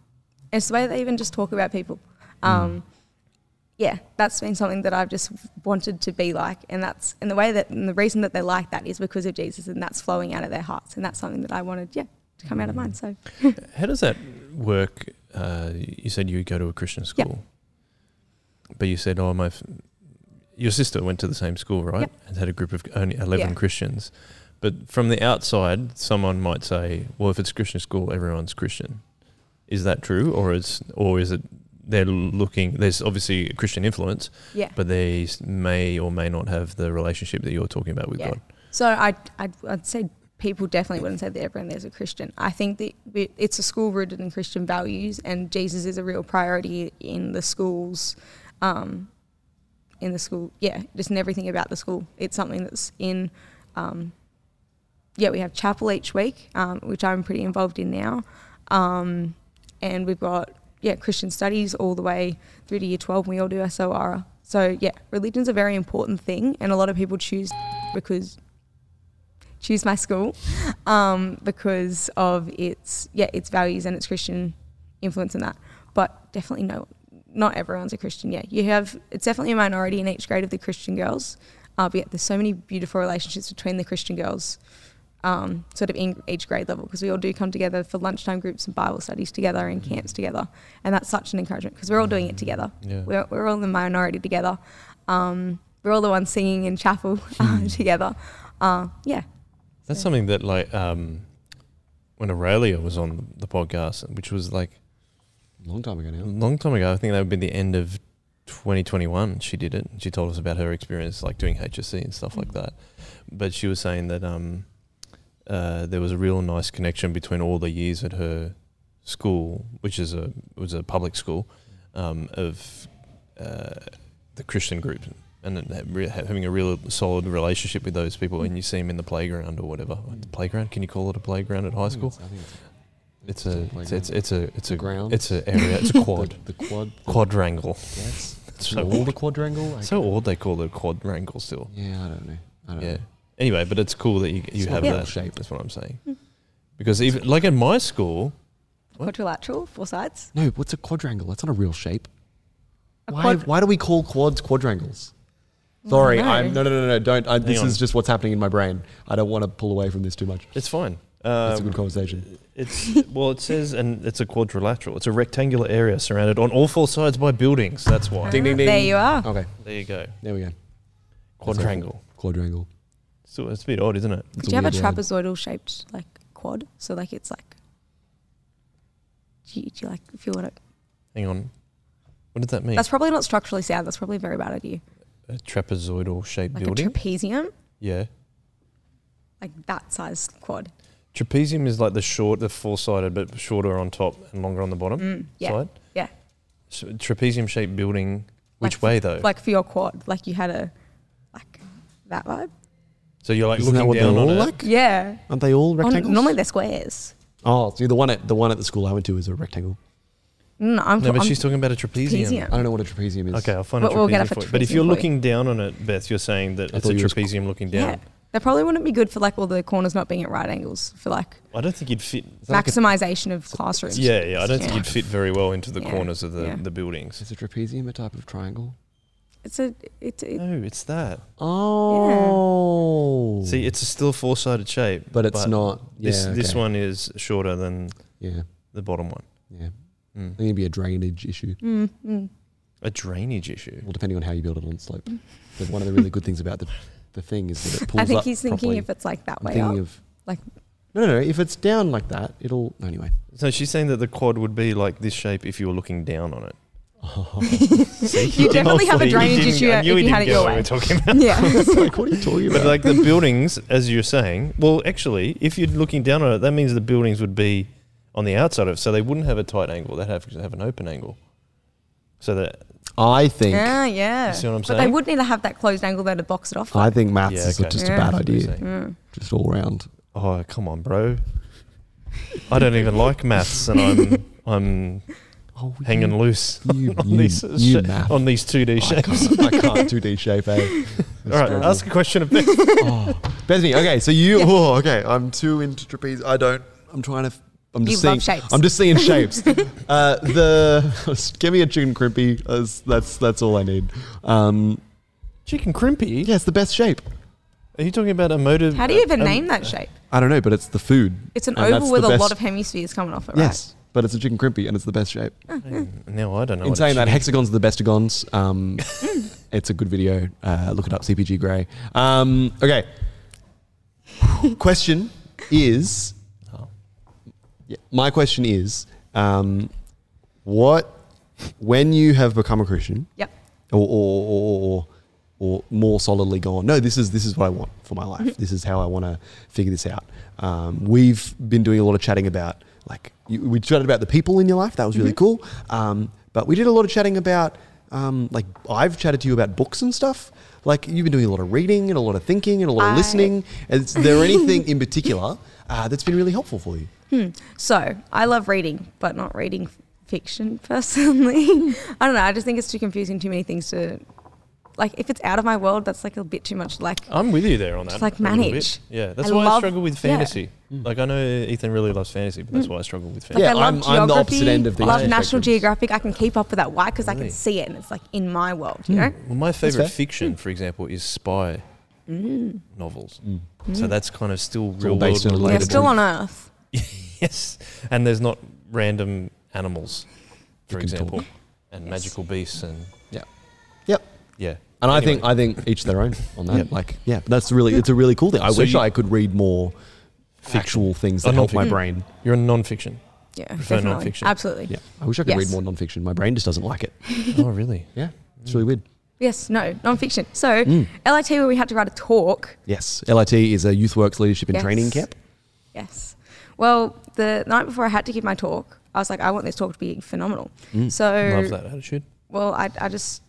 [SPEAKER 3] and it's the way that they even just talk about people.
[SPEAKER 2] Mm.
[SPEAKER 3] Um, Yeah, that's been something that I've just wanted to be like. And that's, and the way that, and the reason that they're like that is because of Jesus and that's flowing out of their hearts. And that's something that I wanted, yeah, to come out of
[SPEAKER 2] Mm.
[SPEAKER 3] mine. So,
[SPEAKER 2] How does that work? Uh, you said you go to a Christian
[SPEAKER 3] Yeah.
[SPEAKER 2] school, but you said, "Oh, my." F- your sister went to the same school, right? And had a group of only eleven
[SPEAKER 3] Yeah.
[SPEAKER 2] Christians. But from the outside, someone might say, "Well, if it's Christian school, everyone's Christian." Is that true, or is or is it they're looking? There's obviously a Christian influence,
[SPEAKER 3] yeah.
[SPEAKER 2] but they s- may or may not have the relationship that you're talking about with
[SPEAKER 3] Yeah.
[SPEAKER 2] God.
[SPEAKER 3] So I'd, I'd, I'd say people definitely wouldn't say that everyone there's a Christian. I think that we- it's a school rooted in Christian values, and Jesus is a real priority in the schools. Um, in the school, yeah, just in everything about the school. It's something that's in. Um, yeah, we have chapel each week, um, which I'm pretty involved in now, um, and we've got yeah Christian studies all the way through to year twelve. And we all do SOR. So yeah, religion's a very important thing, and a lot of people choose because choose my school um, because of its yeah its values and its Christian influence in that. But definitely no, not everyone's a Christian. Yeah, you have it's definitely a minority in each grade of the Christian girls. Uh, but yet there's so many beautiful relationships between the Christian girls, um, sort of in each grade level, because we all do come together for lunchtime groups and Bible studies together and camps together, and that's such an encouragement because we're all doing it together.
[SPEAKER 2] Yeah.
[SPEAKER 3] We're, we're all the minority together. Um, we're all the ones singing in chapel uh, together. Uh, yeah,
[SPEAKER 2] That's something that like um, when Aurelia was on the podcast, which was like
[SPEAKER 1] Long time ago
[SPEAKER 2] a
[SPEAKER 1] now.
[SPEAKER 2] long time ago. I think that would be the end of 2021. She did it. She told us about her experience like doing HSC and stuff
[SPEAKER 1] Mm.
[SPEAKER 2] like that. But she was saying that um, uh, there was a real nice connection between all the years at her school, which is a was a public school, um, of uh, the Christian group. And then that re- ha- having a real solid relationship with those people, and you see them in the playground or whatever. Like the playground? Can you call it a playground at high school?
[SPEAKER 1] I think Mm. it's,
[SPEAKER 2] It's a, it's, it's, it's a, it's a
[SPEAKER 1] ground.
[SPEAKER 2] It's an area. It's a quad.
[SPEAKER 1] The, the quad. the-
[SPEAKER 2] quadrangle.
[SPEAKER 1] Yes.
[SPEAKER 2] So
[SPEAKER 1] all the quadrangle. I
[SPEAKER 2] So old they call it a quadrangle still.
[SPEAKER 1] Yeah, I don't know. I don't
[SPEAKER 2] Yeah.
[SPEAKER 1] know.
[SPEAKER 2] Anyway, but it's cool that you,
[SPEAKER 1] It's
[SPEAKER 2] you have
[SPEAKER 1] all
[SPEAKER 2] that
[SPEAKER 1] shape.
[SPEAKER 2] shape. That's what I'm saying.
[SPEAKER 3] Hmm.
[SPEAKER 2] Because even like at my school, What?
[SPEAKER 3] quadrilateral, four sides.
[SPEAKER 1] No, what's a quadrangle? That's not a real shape.
[SPEAKER 3] A
[SPEAKER 1] Why,
[SPEAKER 3] quad-
[SPEAKER 1] why do we call quads quadrangles? Sorry,
[SPEAKER 3] know.
[SPEAKER 1] I'm no, no, no, no. Don't. I, this
[SPEAKER 2] on.
[SPEAKER 1] is just what's happening in my brain. I don't want to pull away from this too much.
[SPEAKER 2] it's fine.
[SPEAKER 1] It's a good
[SPEAKER 2] Um,
[SPEAKER 1] conversation.
[SPEAKER 2] it's well, it says, and it's a quadrilateral. It's a rectangular area surrounded on all four sides by buildings. That's why.
[SPEAKER 3] Uh-huh.
[SPEAKER 1] Ding, ding, ding.
[SPEAKER 3] There you are.
[SPEAKER 1] Okay,
[SPEAKER 2] There you go.
[SPEAKER 1] there we go.
[SPEAKER 2] Quadrangle.
[SPEAKER 1] Quadrangle.
[SPEAKER 2] So it's a bit odd, isn't it?
[SPEAKER 1] It's
[SPEAKER 3] Do you have a
[SPEAKER 1] weird word.
[SPEAKER 3] trapezoidal shaped like quad? So like it's like. Do you, do you like feel what it?
[SPEAKER 2] Hang on. What did that mean?
[SPEAKER 3] That's probably not structurally sound. That's probably a very bad idea.
[SPEAKER 2] a trapezoidal shaped
[SPEAKER 3] Like
[SPEAKER 2] building.
[SPEAKER 3] a trapezium,
[SPEAKER 2] yeah.
[SPEAKER 3] like that size quad.
[SPEAKER 2] Trapezium is like the short, the four sided, but shorter on top and longer on the bottom
[SPEAKER 3] Mm, yeah,
[SPEAKER 2] side.
[SPEAKER 3] yeah.
[SPEAKER 2] So trapezium shaped building. Which
[SPEAKER 3] Like-
[SPEAKER 2] way though?
[SPEAKER 3] like for your quad, like you had a, like that vibe.
[SPEAKER 2] so you're like
[SPEAKER 1] Isn't that
[SPEAKER 2] looking
[SPEAKER 1] what they're
[SPEAKER 2] down
[SPEAKER 1] all
[SPEAKER 2] on it.
[SPEAKER 1] like?
[SPEAKER 3] Yeah.
[SPEAKER 1] Aren't they all
[SPEAKER 3] On,
[SPEAKER 1] rectangles?
[SPEAKER 3] normally they're squares.
[SPEAKER 1] Oh, so the one at the one at the school I went to is a rectangle.
[SPEAKER 3] No, Mm, I'm,
[SPEAKER 2] No, but
[SPEAKER 3] I'm-
[SPEAKER 2] she's talking about a trapezium.
[SPEAKER 3] Trapezium.
[SPEAKER 1] I don't know what a trapezium is.
[SPEAKER 2] Okay, I'll find a
[SPEAKER 3] But we'll
[SPEAKER 2] trapezium
[SPEAKER 3] get
[SPEAKER 2] for
[SPEAKER 3] up a
[SPEAKER 2] you. But if
[SPEAKER 3] trapezium
[SPEAKER 2] you're
[SPEAKER 3] for you.
[SPEAKER 2] looking down on it, Beth, you're saying that
[SPEAKER 1] I
[SPEAKER 2] it's
[SPEAKER 1] thought
[SPEAKER 2] a
[SPEAKER 1] you were-
[SPEAKER 2] trapezium looking
[SPEAKER 3] yeah.
[SPEAKER 2] down.
[SPEAKER 3] They probably wouldn't be good for like all the corners not being at right angles for like
[SPEAKER 2] I don't think you'd fit. is that like a-
[SPEAKER 3] maximization of classrooms.
[SPEAKER 2] yeah, yeah. I don't think
[SPEAKER 3] Yeah.
[SPEAKER 2] you'd fit very well into the
[SPEAKER 3] Yeah,
[SPEAKER 2] corners of the,
[SPEAKER 3] yeah.
[SPEAKER 2] the buildings.
[SPEAKER 1] Is a trapezium a type of triangle?
[SPEAKER 3] It's a it's a,
[SPEAKER 2] No, it's that.
[SPEAKER 1] Oh.
[SPEAKER 2] See, it's a still four sided shape,
[SPEAKER 1] but it's not. Yeah,
[SPEAKER 2] this this
[SPEAKER 1] okay.
[SPEAKER 2] one is shorter than
[SPEAKER 1] Yeah,
[SPEAKER 2] the bottom one.
[SPEAKER 1] yeah. I
[SPEAKER 2] Mm.
[SPEAKER 1] think it'd be a drainage issue.
[SPEAKER 3] mm, mm.
[SPEAKER 2] A drainage issue.
[SPEAKER 1] Well, depending on how you build it on slope. But one of the really good things about the the thing is that it pulls
[SPEAKER 3] I think
[SPEAKER 1] up
[SPEAKER 3] he's thinking
[SPEAKER 1] properly.
[SPEAKER 3] if it's like that
[SPEAKER 1] I'm
[SPEAKER 3] way up.
[SPEAKER 1] thinking of
[SPEAKER 3] like-
[SPEAKER 1] no, no, no. If it's down like that, it'll anyway.
[SPEAKER 2] So she's saying that the quad would be like this shape if you were looking down on it.
[SPEAKER 3] you definitely have a
[SPEAKER 2] Hopefully
[SPEAKER 3] drainage
[SPEAKER 2] didn't-
[SPEAKER 3] issue
[SPEAKER 2] I
[SPEAKER 3] if
[SPEAKER 2] knew
[SPEAKER 3] you
[SPEAKER 2] didn't
[SPEAKER 3] had it
[SPEAKER 2] get
[SPEAKER 3] your
[SPEAKER 2] what we
[SPEAKER 3] way.
[SPEAKER 2] were talking about.
[SPEAKER 3] Yeah.
[SPEAKER 1] like, what are you talking
[SPEAKER 2] But
[SPEAKER 1] about?
[SPEAKER 2] like the buildings, as you're saying, well, actually, if you're looking down on it, that means the buildings would be on the outside of it, so they wouldn't have a tight angle. They'd have have an open angle. So that
[SPEAKER 1] I think
[SPEAKER 3] yeah, yeah.
[SPEAKER 2] You see what I'm
[SPEAKER 3] But they
[SPEAKER 2] saying?
[SPEAKER 3] would need to have that closed angle there to box it off.
[SPEAKER 1] I think maths
[SPEAKER 2] Yeah,
[SPEAKER 1] is
[SPEAKER 2] okay.
[SPEAKER 1] just a
[SPEAKER 3] Yeah.
[SPEAKER 1] bad
[SPEAKER 2] That's what you're
[SPEAKER 1] idea,
[SPEAKER 2] saying.
[SPEAKER 3] Mm.
[SPEAKER 1] just all round.
[SPEAKER 2] oh come on, bro, I don't even like maths, and I'm I'm
[SPEAKER 1] Oh,
[SPEAKER 2] hanging loose
[SPEAKER 1] you,
[SPEAKER 2] on
[SPEAKER 1] you,
[SPEAKER 2] these
[SPEAKER 1] you,
[SPEAKER 2] sha-
[SPEAKER 1] math.
[SPEAKER 2] on these 2D
[SPEAKER 1] Oh, I
[SPEAKER 2] shapes.
[SPEAKER 1] can't, I can't 2D shape, eh?
[SPEAKER 2] All right, ask a question of Beth.
[SPEAKER 1] Oh. Bethany, okay, so you. Oh, okay. I'm too into trapeze. I don't. I'm trying to. I'm just
[SPEAKER 3] You
[SPEAKER 1] seeing.
[SPEAKER 3] love shapes.
[SPEAKER 1] I'm just seeing shapes. uh, the give me a chicken crimpy. That's that's, that's all I need. Um,
[SPEAKER 2] Chicken crimpy?
[SPEAKER 1] yeah, it's the best shape.
[SPEAKER 2] Are you talking about a motive?
[SPEAKER 3] How do you even
[SPEAKER 2] um,
[SPEAKER 3] name that shape?
[SPEAKER 1] I don't know, but it's the food.
[SPEAKER 3] It's an
[SPEAKER 1] and that's
[SPEAKER 3] oval with
[SPEAKER 1] the
[SPEAKER 3] a
[SPEAKER 1] best-
[SPEAKER 3] lot of hemispheres coming off it, right?
[SPEAKER 1] Yes, but it's a chicken crimpy, and it's the best shape.
[SPEAKER 2] Mm, Now I don't know.
[SPEAKER 1] In
[SPEAKER 2] what a
[SPEAKER 1] saying that,
[SPEAKER 2] chicken-
[SPEAKER 1] hexagons are the bestagons. Um, it's a good video. Uh, look it up, CPG Grey. Um, okay. question is
[SPEAKER 2] Oh.
[SPEAKER 1] yeah, my question is um, what, when you have become a Christian,
[SPEAKER 3] Yep.
[SPEAKER 1] or, or, or, or, or more solidly gone. No, this is this is what I want for my life. this is how I want to figure this out. Um, we've been doing a lot of chatting about like you, we chatted about the people in your life. That was really cool. Um, but we did a lot of chatting about um, like I've chatted to you about books and stuff. Like you've been doing a lot of reading and a lot of thinking and a lot of
[SPEAKER 3] I-
[SPEAKER 1] listening. Is there anything in particular uh, that's been really helpful for you?
[SPEAKER 3] So I love reading, but not reading f- fiction personally. I don't know. I just think it's too confusing. Too many things to like. If it's out of my world, that's like a bit too much. Like
[SPEAKER 2] I'm with you there on that.
[SPEAKER 3] Just, like,
[SPEAKER 2] a little
[SPEAKER 3] manage.
[SPEAKER 2] bit. Yeah, that's
[SPEAKER 3] I
[SPEAKER 2] why I
[SPEAKER 3] love-
[SPEAKER 2] struggle with
[SPEAKER 3] yeah.
[SPEAKER 2] fantasy. Like I know Ethan really loves fantasy, but that's
[SPEAKER 3] Mm.
[SPEAKER 2] why I struggle with fantasy.
[SPEAKER 1] Yeah,
[SPEAKER 3] I love
[SPEAKER 1] I'm- I'm the opposite end of the
[SPEAKER 3] Love
[SPEAKER 1] spectrum.
[SPEAKER 3] National Geographic. I can keep up with that. Why? Because I
[SPEAKER 2] Really?
[SPEAKER 3] can see it, and it's like in my world.
[SPEAKER 1] Hmm.
[SPEAKER 3] You know.
[SPEAKER 2] Well, my
[SPEAKER 1] fair.
[SPEAKER 2] favorite fiction, for example, is spy
[SPEAKER 3] Mm.
[SPEAKER 2] novels. So that's kind of still
[SPEAKER 1] Mm. all
[SPEAKER 2] real
[SPEAKER 1] based on
[SPEAKER 2] world.
[SPEAKER 3] Yeah,
[SPEAKER 1] relatable.
[SPEAKER 3] still on Earth.
[SPEAKER 2] yes, and there's not random animals, for
[SPEAKER 1] can
[SPEAKER 2] example, and
[SPEAKER 3] Yes.
[SPEAKER 2] magical beasts and
[SPEAKER 1] Yeah. Yep.
[SPEAKER 2] yeah.
[SPEAKER 1] And
[SPEAKER 2] Anyway.
[SPEAKER 1] I think I think each their own on that.
[SPEAKER 2] Yeah.
[SPEAKER 1] Like, yeah, that's really it's a really cool thing. I
[SPEAKER 2] So
[SPEAKER 1] wish
[SPEAKER 2] you-
[SPEAKER 1] I could read more factual things that
[SPEAKER 2] Oh,
[SPEAKER 1] help my
[SPEAKER 2] non-fiction.
[SPEAKER 1] brain.
[SPEAKER 2] you're in nonfiction.
[SPEAKER 3] Yeah,
[SPEAKER 2] Prefer
[SPEAKER 3] definitely.
[SPEAKER 2] nonfiction.
[SPEAKER 3] Absolutely.
[SPEAKER 1] Yeah, I wish I could read
[SPEAKER 3] Yes.
[SPEAKER 1] more nonfiction. My brain just doesn't like it.
[SPEAKER 2] oh, really?
[SPEAKER 1] Yeah, it's really weird.
[SPEAKER 3] Yes. No. Nonfiction. So
[SPEAKER 1] Hmm.
[SPEAKER 3] LIT, where we had to write a talk.
[SPEAKER 1] Yes, LIT is a YouthWorks Leadership and
[SPEAKER 3] Yes.
[SPEAKER 1] Training Camp.
[SPEAKER 3] Yes. Well, the night before I had to give my talk, I was like, I want this talk to be phenomenal.
[SPEAKER 1] Hmm.
[SPEAKER 3] So
[SPEAKER 2] Love that attitude.
[SPEAKER 3] well, I, I just,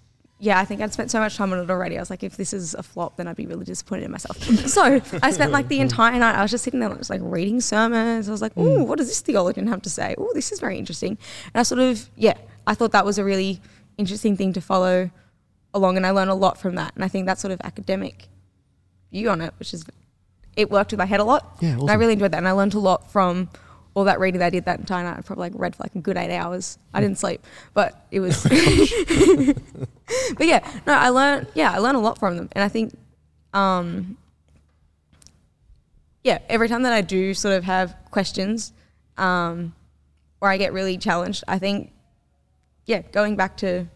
[SPEAKER 3] yeah, I think I'd spent so much time on it already. I was like, if this is a flop, then I'd be really disappointed in myself. so I spent like the entire night, I was just sitting there, just like reading sermons. I was like, ooh, what does this theologian have to say? Ooh, this is very interesting. And I sort of, yeah, I thought that was a really interesting thing to follow along. And I learned a lot from that. And I think that sort of academic view on it, which is, it worked with my head a lot.
[SPEAKER 1] Yeah,
[SPEAKER 3] And I
[SPEAKER 1] awesome.
[SPEAKER 3] really enjoyed that. And I learned a lot from all that reading that I did that entire night. I probably like read for like a good eight hours. I didn't sleep, but it was.
[SPEAKER 1] Oh
[SPEAKER 3] but yeah, no, I learned. Yeah, I learned a lot from them, and I think, um, yeah, every time that I do sort of have questions, um, or I get really challenged, I think, yeah, going back to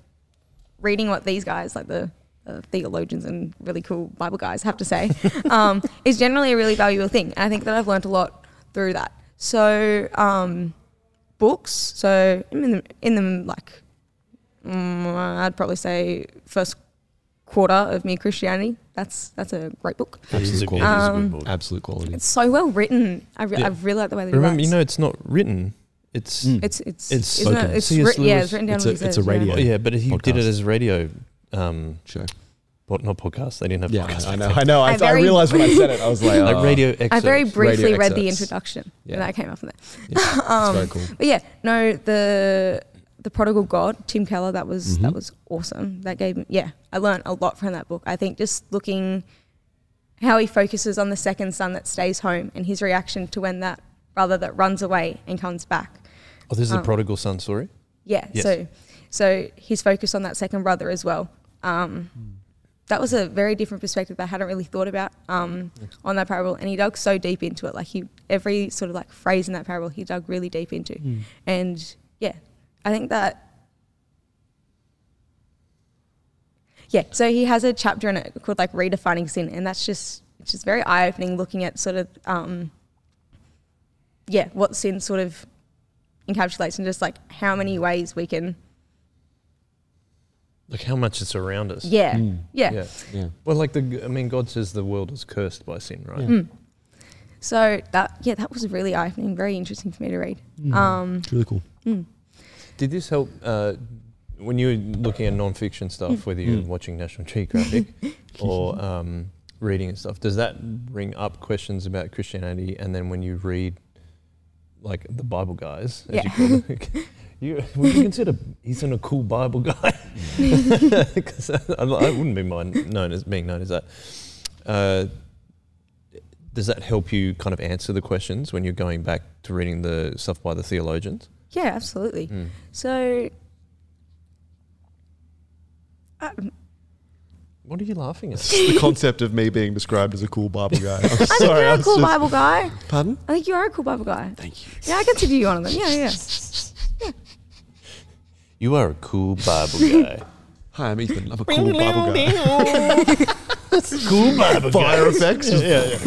[SPEAKER 3] reading what these guys, like the uh, theologians and really cool Bible guys, have to say, um, is generally a really valuable thing, and I think that I've learned a lot through that. So. Um, books. So in the, in the like, mm, I'd probably say first quarter of me Christianity. That's that's a great book.
[SPEAKER 2] It is a
[SPEAKER 1] Absolute
[SPEAKER 2] good-
[SPEAKER 1] quality.
[SPEAKER 2] it
[SPEAKER 3] Um,
[SPEAKER 2] is a good book.
[SPEAKER 1] Absolute quality.
[SPEAKER 3] It's so well written. I, re-
[SPEAKER 2] Yeah.
[SPEAKER 3] I really like the way they do
[SPEAKER 2] Remember,
[SPEAKER 3] that.
[SPEAKER 2] you know, it's not written. It's
[SPEAKER 1] Mm.
[SPEAKER 3] it's it's
[SPEAKER 2] it's
[SPEAKER 3] isn't
[SPEAKER 1] spoken.
[SPEAKER 3] it, it's
[SPEAKER 2] C.S.
[SPEAKER 3] writ- yeah,
[SPEAKER 2] Lewis-
[SPEAKER 3] it's written down.
[SPEAKER 1] it's
[SPEAKER 3] what
[SPEAKER 1] a-
[SPEAKER 3] he
[SPEAKER 1] it's
[SPEAKER 3] says,
[SPEAKER 1] a
[SPEAKER 3] yeah.
[SPEAKER 1] radio.
[SPEAKER 2] Well, yeah, but he did it
[SPEAKER 1] Podcast.
[SPEAKER 2] as radio. Um,
[SPEAKER 1] Sure.
[SPEAKER 2] but not podcast. They didn't have
[SPEAKER 1] Yeah,
[SPEAKER 2] podcast.
[SPEAKER 1] I
[SPEAKER 2] back
[SPEAKER 1] know.
[SPEAKER 2] then.
[SPEAKER 1] I know. I,
[SPEAKER 3] I
[SPEAKER 1] I,
[SPEAKER 3] very-
[SPEAKER 1] realized when I said it, I was like,
[SPEAKER 2] Like
[SPEAKER 1] oh,
[SPEAKER 2] radio excerpts.
[SPEAKER 3] I very briefly read the
[SPEAKER 1] excerpts.
[SPEAKER 3] introduction
[SPEAKER 1] Yeah.
[SPEAKER 3] and I came up from there.
[SPEAKER 1] Yeah, it's very cool.
[SPEAKER 3] But yeah, no, the the prodigal god, Tim Keller, that was that was awesome. That gave me yeah, I learned a lot from that book. I think just looking how he focuses on the second son that stays home and his reaction to when that brother that runs away and comes back.
[SPEAKER 2] Oh, this is the prodigal son story.
[SPEAKER 3] Yeah.
[SPEAKER 2] Yes.
[SPEAKER 3] So so he's focused on that second brother as well. Um, that was a very different perspective that I hadn't really thought about um, on that parable, and he dug so deep into it. Like he, every sort of like phrase in that parable, he dug really deep into, and yeah, I think that. Yeah, so he has a chapter in it called like redefining sin, and that's just it's just very eye opening looking at sort of um, yeah what sin sort of encapsulates and just like how
[SPEAKER 1] Mm.
[SPEAKER 3] many ways we can
[SPEAKER 2] Like how much it's around us.
[SPEAKER 3] yeah yeah,
[SPEAKER 2] Yeah.
[SPEAKER 1] mm. Yeah.
[SPEAKER 2] Well, like the I mean, God says the world is cursed by sin, right? Mm.
[SPEAKER 3] so that yeah that was really eye opening very interesting for me to read
[SPEAKER 1] Mm.
[SPEAKER 3] um
[SPEAKER 1] It's really cool.
[SPEAKER 2] Did this help uh, when you were looking at non-fiction stuff, whether you're watching National Geographic or um, reading and stuff? Does that bring up questions about Christianity? And then when you read, like the Bible guys, as you
[SPEAKER 3] Yeah.
[SPEAKER 2] call them, You, would you consider he's a cool Bible guy? Because I, I wouldn't be mind known as being known as that. Uh, does that help you kind of answer the questions when you're going back to reading the stuff by the theologians?
[SPEAKER 3] Yeah, absolutely.
[SPEAKER 1] Mm.
[SPEAKER 3] So, um,
[SPEAKER 2] What are you laughing at?
[SPEAKER 1] the concept of me being described as a cool Bible guy. I'm
[SPEAKER 3] I think
[SPEAKER 1] sorry,
[SPEAKER 3] you're
[SPEAKER 1] I
[SPEAKER 3] a
[SPEAKER 1] was
[SPEAKER 3] cool
[SPEAKER 1] just-
[SPEAKER 3] Bible guy.
[SPEAKER 1] Pardon?
[SPEAKER 3] I think you are a cool Bible guy.
[SPEAKER 1] Thank you.
[SPEAKER 3] Yeah, I consider you one of them. Yeah, yeah.
[SPEAKER 4] You are a cool Bible guy.
[SPEAKER 1] Hi, I'm Ethan. I'm a cool Bible guy. Oh.
[SPEAKER 4] cool Bible
[SPEAKER 1] Fire effects. just-
[SPEAKER 4] Yeah,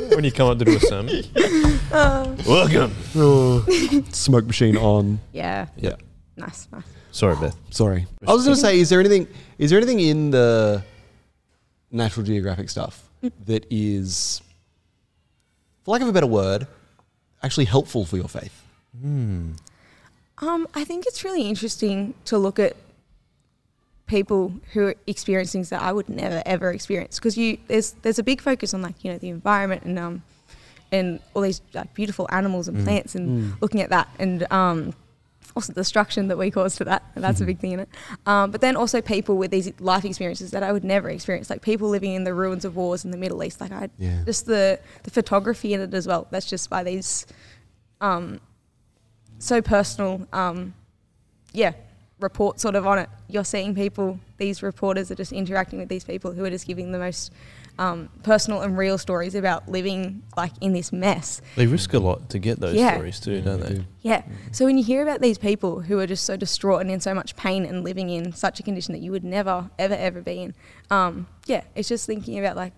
[SPEAKER 4] yeah.
[SPEAKER 2] when you come up to do a sermon,
[SPEAKER 3] Uh.
[SPEAKER 4] Welcome.
[SPEAKER 1] Oh. Smoke machine on.
[SPEAKER 3] Yeah.
[SPEAKER 1] Yeah.
[SPEAKER 3] Nice, nice.
[SPEAKER 4] Sorry, Beth.
[SPEAKER 1] Sorry. I was going to say, is there anything? Is there anything in the National Geographic stuff that is, for lack of a better word, actually helpful for your faith?
[SPEAKER 3] Um, I think it's really interesting to look at people who are experiencing things that I would never ever experience because you there's there's a big focus on like you know the environment and um and all these like beautiful animals and plants and looking at that and um also the destruction that we cause to that and that's a big thing in it um, but then also people with these life experiences that I would never experience like people living in the ruins of wars in the Middle East like I
[SPEAKER 1] Yeah.
[SPEAKER 3] just the the photography in it as well that's just by these um so personal um yeah report sort of on it you're seeing people these reporters are just interacting with these people who are just giving the most um, personal and real stories about living like in this mess
[SPEAKER 2] they risk a lot to get those
[SPEAKER 3] Yeah.
[SPEAKER 2] stories too, don't they?
[SPEAKER 3] yeah so when you hear about these people who are just so distraught and in so much pain and living in such a condition that you would never ever ever be in um, yeah it's just thinking about like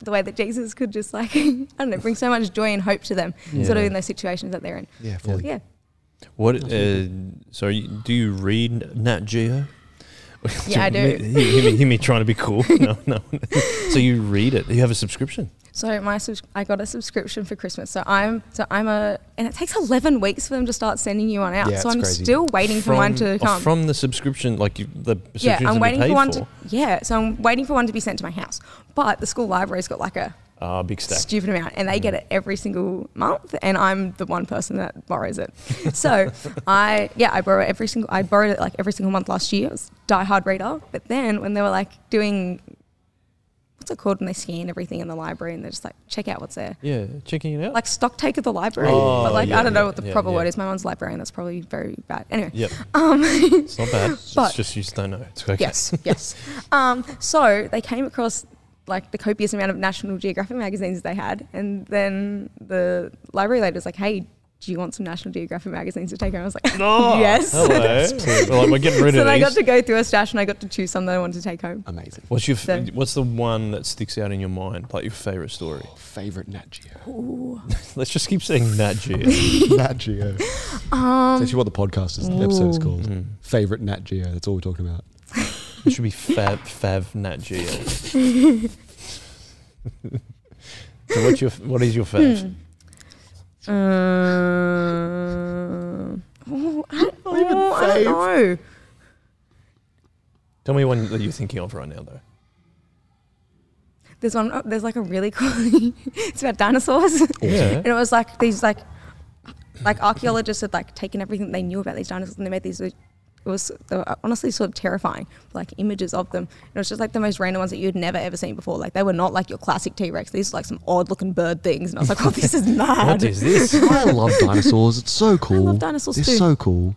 [SPEAKER 3] the way that jesus could just like i don't know bring so much joy and hope to them sort of in those situations that they're in
[SPEAKER 1] Yeah, fully.
[SPEAKER 3] yeah
[SPEAKER 2] What? Uh, sorry, you- do you read Nat Geo?
[SPEAKER 3] Yeah, I do.
[SPEAKER 2] Hear, hear me, hear me trying to be cool. No, no. so you read it. You have a subscription.
[SPEAKER 3] So my subs- I got a subscription for Christmas. So I'm so I'm a and it takes 11 weeks for them to start sending you one out.
[SPEAKER 1] Yeah,
[SPEAKER 3] so
[SPEAKER 1] it's
[SPEAKER 3] I'm
[SPEAKER 1] crazy.
[SPEAKER 3] still waiting for mine
[SPEAKER 2] oh,
[SPEAKER 3] to come.
[SPEAKER 2] from the subscription, like you, the subscriptions
[SPEAKER 3] yeah, I'm
[SPEAKER 2] that
[SPEAKER 3] waiting
[SPEAKER 2] we pay
[SPEAKER 3] for one to Yeah, so I'm waiting for one to be sent to my house. But the school library's got like a
[SPEAKER 2] Ah, big stack.
[SPEAKER 3] stupid amount and they get it every single month and I'm the one person that borrows it. so I yeah, I borrow every single I borrowed it like every single month last year. I was a diehard reader. But then when they were like doing what's it called when they scan everything in the library and they're just like check out what's there.
[SPEAKER 2] yeah, checking it out.
[SPEAKER 3] like stock take of the library.
[SPEAKER 2] Oh,
[SPEAKER 3] but like
[SPEAKER 2] yeah,
[SPEAKER 3] I don't know
[SPEAKER 2] yeah,
[SPEAKER 3] what the
[SPEAKER 2] yeah,
[SPEAKER 3] proper
[SPEAKER 2] yeah.
[SPEAKER 3] word is. My mom's a librarian. That's probably very bad. Anyway.
[SPEAKER 2] yep.
[SPEAKER 3] Um,
[SPEAKER 2] It's not bad. it's
[SPEAKER 3] but-
[SPEAKER 2] just you just don't know. It's okay.
[SPEAKER 3] yes, yes. Um, so they came across like the copious amount of National Geographic magazines they had, and then the library lady was like, "Hey, do you want some National Geographic magazines to take home?" I was like,
[SPEAKER 2] Oh,
[SPEAKER 3] "Yes."
[SPEAKER 2] Hello. We're like, we're getting rid
[SPEAKER 3] so
[SPEAKER 2] of
[SPEAKER 3] then I got
[SPEAKER 2] these.
[SPEAKER 3] to go through a stash, and I got to choose some that I wanted to take home.
[SPEAKER 1] Amazing.
[SPEAKER 2] What's your f-
[SPEAKER 3] So-
[SPEAKER 2] What's the one that sticks out in your mind? Like your favorite story?
[SPEAKER 1] Favorite Nat Geo.
[SPEAKER 2] Let's just keep saying Nat Geo.
[SPEAKER 1] Nat Geo.
[SPEAKER 3] Um,
[SPEAKER 1] That's actually what the podcast is. The episode is called. Favorite Nat Geo. That's all we're talking about.
[SPEAKER 2] It should be Fab Fav Nat Geo. so what's your what is your
[SPEAKER 3] Hmm.
[SPEAKER 2] fav?
[SPEAKER 3] Um, oh, I, don't-
[SPEAKER 1] Not even
[SPEAKER 3] oh, I don't know.
[SPEAKER 2] Tell me one that you're thinking of right now, though.
[SPEAKER 3] There's one. oh, there's like a really cool. it's about dinosaurs.
[SPEAKER 2] Yeah.
[SPEAKER 3] And it was like these like like archaeologists had like taken everything they knew about these dinosaurs and they made these like, it was they were honestly sort of terrifying like images of them and it was just like the most random ones that you'd never ever seen before like they were not like your classic t-rex these were like some odd looking bird things and i was like oh this is mad
[SPEAKER 2] What is this?
[SPEAKER 1] I love dinosaurs. It's so cool.
[SPEAKER 3] dinosaurs
[SPEAKER 1] They're
[SPEAKER 3] too.
[SPEAKER 1] so cool.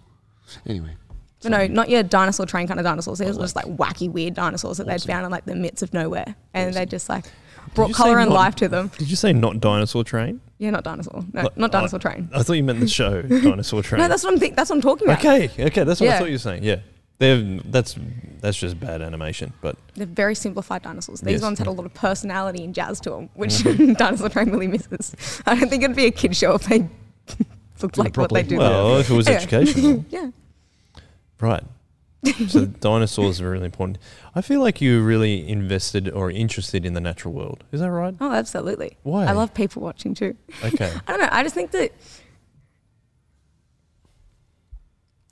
[SPEAKER 1] Anyway.
[SPEAKER 3] but no not your dinosaur train kind of dinosaurs these were just like wacky weird dinosaurs that they'd found in like the midst of nowhere and they just like brought
[SPEAKER 2] you
[SPEAKER 3] color
[SPEAKER 2] say
[SPEAKER 3] and
[SPEAKER 2] not-
[SPEAKER 3] life to them
[SPEAKER 2] Did you say not dinosaur train?
[SPEAKER 3] yeah not dinosaur no
[SPEAKER 2] Like,
[SPEAKER 3] Uh, not dinosaur
[SPEAKER 2] I-
[SPEAKER 3] train
[SPEAKER 2] I thought you meant the show dinosaur train.
[SPEAKER 3] no that's what i'm think that's what i'm talking about
[SPEAKER 2] okay. Okay, that's what I
[SPEAKER 3] Yeah.
[SPEAKER 2] thought you were saying. Yeah, They're, that's that's just bad animation. But
[SPEAKER 3] They're very simplified dinosaurs. These
[SPEAKER 2] Yes. Mm-hmm.
[SPEAKER 3] ones had a lot of personality and jazz to them, which Dinosaur Train really misses. I don't think it'd be a kid show if they looked
[SPEAKER 1] Did it
[SPEAKER 3] like what
[SPEAKER 1] properly.
[SPEAKER 3] they do.
[SPEAKER 1] Well-
[SPEAKER 2] well, if it was
[SPEAKER 3] Anyway.
[SPEAKER 2] educational,
[SPEAKER 3] yeah.
[SPEAKER 2] right? So dinosaurs are really important. I feel like you're really invested or interested in the natural world. Is that right?
[SPEAKER 3] Oh, absolutely.
[SPEAKER 2] Why?
[SPEAKER 3] I love people watching too.
[SPEAKER 2] Okay.
[SPEAKER 3] I don't know. I just think that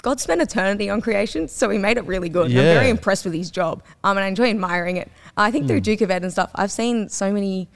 [SPEAKER 3] God spent eternity on creation, so he made it really good. And
[SPEAKER 2] Yeah. Hmm.
[SPEAKER 3] I'm very impressed with his job, um, and I enjoy admiring it. I think through Duke of Ed and stuff, I've seen so many,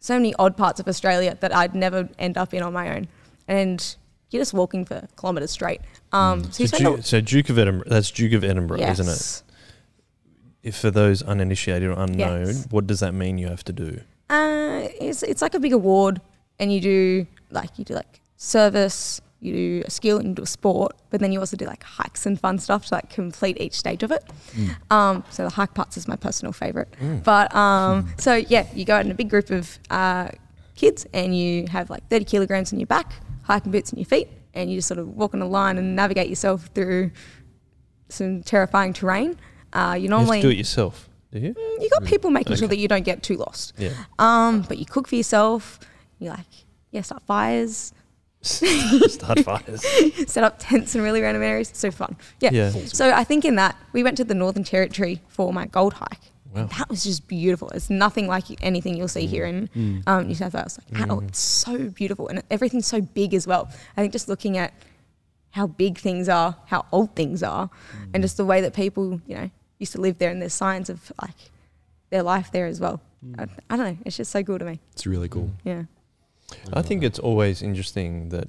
[SPEAKER 3] so many odd parts of Australia that I'd never end up in on my own, and You're just walking for kilometres straight. Um, so you
[SPEAKER 2] So,
[SPEAKER 3] spend
[SPEAKER 2] Duke, so Duke of Edinburgh, that's Duke of Edinburgh,
[SPEAKER 3] a, yes.
[SPEAKER 2] isn't it? If for those uninitiated or unknown,
[SPEAKER 3] Yes.
[SPEAKER 2] what does that mean you have to do?
[SPEAKER 3] Uh, it's it's like a big award, and you do like you do like service, you do a skill, and you do a sport, but then you also do like hikes and fun stuff to like complete each stage of it.
[SPEAKER 2] Mm.
[SPEAKER 3] Um, so the hike parts is my personal favorite, but um,
[SPEAKER 2] Mm.
[SPEAKER 3] so yeah, you go out in a big group of uh, kids, and you have like thirty kilograms on your back, hiking boots on your feet, and you just sort of walk on a line and navigate yourself through some terrifying terrain. Uh, you
[SPEAKER 2] You have
[SPEAKER 3] normally
[SPEAKER 2] to do it yourself, do you?
[SPEAKER 3] Mm, you got people making sure that you don't get too lost.
[SPEAKER 2] Yeah.
[SPEAKER 3] Um, but you cook for yourself. You like, yeah, start fires,
[SPEAKER 2] Start fires.
[SPEAKER 3] set up tents in really random areas. It's so fun. Yeah.
[SPEAKER 2] Yeah.
[SPEAKER 3] So I think in that we went to the Northern Territory for my gold hike.
[SPEAKER 2] Wow. Mm.
[SPEAKER 3] That was just beautiful. It's nothing like anything you'll see here in um, New South Wales. Like, oh, it's so beautiful, and everything's so big as well. I think just looking at how big things are, how old things are,
[SPEAKER 2] Mm.
[SPEAKER 3] and just the way that people, you know, used to live there, and there's signs of like their life there as well.
[SPEAKER 2] Mm.
[SPEAKER 3] I, I don't know. It's just so cool to me.
[SPEAKER 1] It's really cool.
[SPEAKER 3] Yeah.
[SPEAKER 2] I think it's always interesting that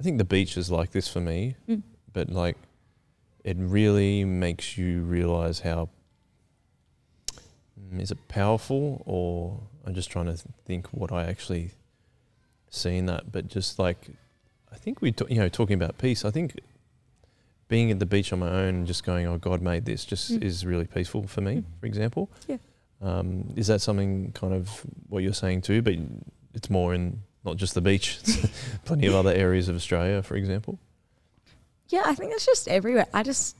[SPEAKER 2] I think the beach is like this for me,
[SPEAKER 3] Mm.
[SPEAKER 2] but like it really makes you realize how Mm, is it powerful or I'm just trying to th- think what I actually see in that, but just like I think we ta- you know talking about peace, I think being at the beach on my own and just going, oh God made this, just
[SPEAKER 3] Mm.
[SPEAKER 2] is really peaceful for me.
[SPEAKER 3] Mm.
[SPEAKER 2] For example,
[SPEAKER 3] Yeah.
[SPEAKER 2] Um, is that something kind of what you're saying too? But it's more in not just the beach, it's plenty of other areas of Australia, for example.
[SPEAKER 3] Yeah, I think it's just everywhere. I just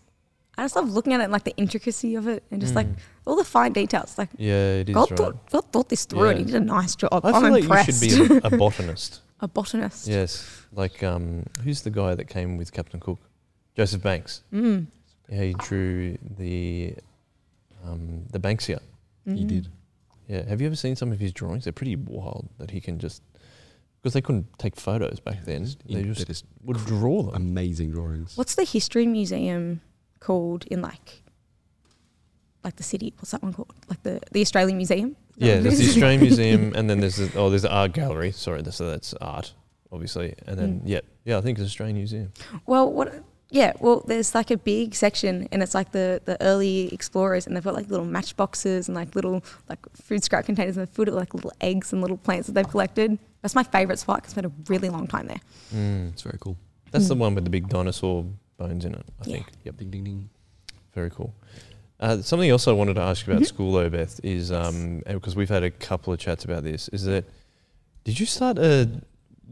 [SPEAKER 3] I just love looking at it and like the intricacy of it and just like all the fine details. Like
[SPEAKER 2] Yeah, Mm. it is
[SPEAKER 3] God
[SPEAKER 2] right.
[SPEAKER 3] thought God thought this through and
[SPEAKER 2] Yeah.
[SPEAKER 3] he did a nice job.
[SPEAKER 2] I
[SPEAKER 3] am
[SPEAKER 2] feel like
[SPEAKER 3] impressed.
[SPEAKER 2] you should be a, a botanist.
[SPEAKER 3] a botanist.
[SPEAKER 2] Yes, like um, who's the guy that came with Captain Cook? Joseph Banks.
[SPEAKER 3] Mm.
[SPEAKER 2] Yeah, he drew the um, the Banksia.
[SPEAKER 1] He
[SPEAKER 3] Mm.
[SPEAKER 1] did.
[SPEAKER 2] Yeah, have you ever seen some of his drawings? They're pretty wild that he can just because they couldn't take photos back then. They
[SPEAKER 1] They're
[SPEAKER 2] just
[SPEAKER 1] just
[SPEAKER 2] would draw them.
[SPEAKER 1] amazing drawings.
[SPEAKER 3] What's the history museum called in like like the city? What's that one called? Like the the Australian Museum? Is that
[SPEAKER 2] Yeah,
[SPEAKER 3] what it
[SPEAKER 2] there's the
[SPEAKER 3] is?
[SPEAKER 2] Australian Museum, and then there's the, oh, there's the art gallery. Sorry, that's, so that's art, obviously. And then
[SPEAKER 3] Mm.
[SPEAKER 2] yeah, yeah, I think it's Australian Museum.
[SPEAKER 3] Well, what? Yeah, well, there's like a big section, and it's like the the early explorers, and they've got like little matchboxes and like little like food scrap containers, and they've filled it with like little eggs and little plants that they've collected. That's my favourite spot. 'cause I spent a really long time there.
[SPEAKER 2] Mm.
[SPEAKER 1] It's very cool.
[SPEAKER 2] That's the one with the big dinosaur bones in it. I
[SPEAKER 3] Yeah.
[SPEAKER 2] think. Yep,
[SPEAKER 1] Ding ding ding.
[SPEAKER 2] very cool. Uh, something else I wanted to ask
[SPEAKER 3] Mm-hmm.
[SPEAKER 2] you about school though, Beth, is um because we've had a couple of chats about this. Is that did you start a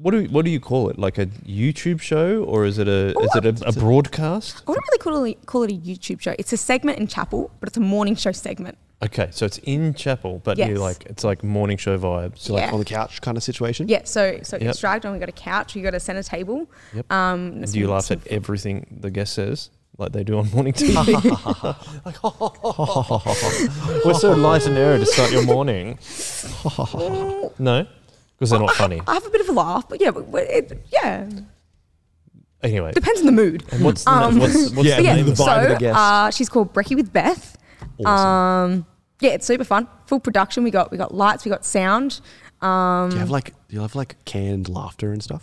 [SPEAKER 2] what do what do you call it? Like a YouTube show, or is it a is it a, a broadcast?
[SPEAKER 3] I wouldn't really call it, call it a YouTube show. It's a segment in chapel, but it's a morning show segment.
[SPEAKER 2] Okay, so it's in chapel, but
[SPEAKER 3] Yes.
[SPEAKER 2] you like it's like morning show vibes.
[SPEAKER 1] So like
[SPEAKER 3] Yeah.
[SPEAKER 1] on the couch kind of situation.
[SPEAKER 3] Yeah, so so
[SPEAKER 2] Yep.
[SPEAKER 3] it's dragged on. We got a couch. We got a centre table.
[SPEAKER 2] Yep.
[SPEAKER 3] Um, and
[SPEAKER 2] Do you
[SPEAKER 3] some-
[SPEAKER 2] laugh
[SPEAKER 3] some
[SPEAKER 2] at everything the guest says, like they do on morning TV? We're so light and airy to start your morning. no, because they're not funny.
[SPEAKER 3] I have a bit of a laugh, but yeah, but but it, yeah,
[SPEAKER 2] Anyway,
[SPEAKER 3] depends on the mood.
[SPEAKER 2] what's the,
[SPEAKER 3] Um,
[SPEAKER 2] what's, what's
[SPEAKER 1] Yeah,
[SPEAKER 2] the
[SPEAKER 1] and
[SPEAKER 3] But
[SPEAKER 2] name
[SPEAKER 1] the
[SPEAKER 2] of
[SPEAKER 1] vibe of the
[SPEAKER 3] so
[SPEAKER 1] guest.
[SPEAKER 3] uh, she's called Brekkie with Beth. Um, yeah, it's super fun. Full production. We got we got lights. We got sound. Um,
[SPEAKER 1] Do you have like do you have like canned laughter and stuff?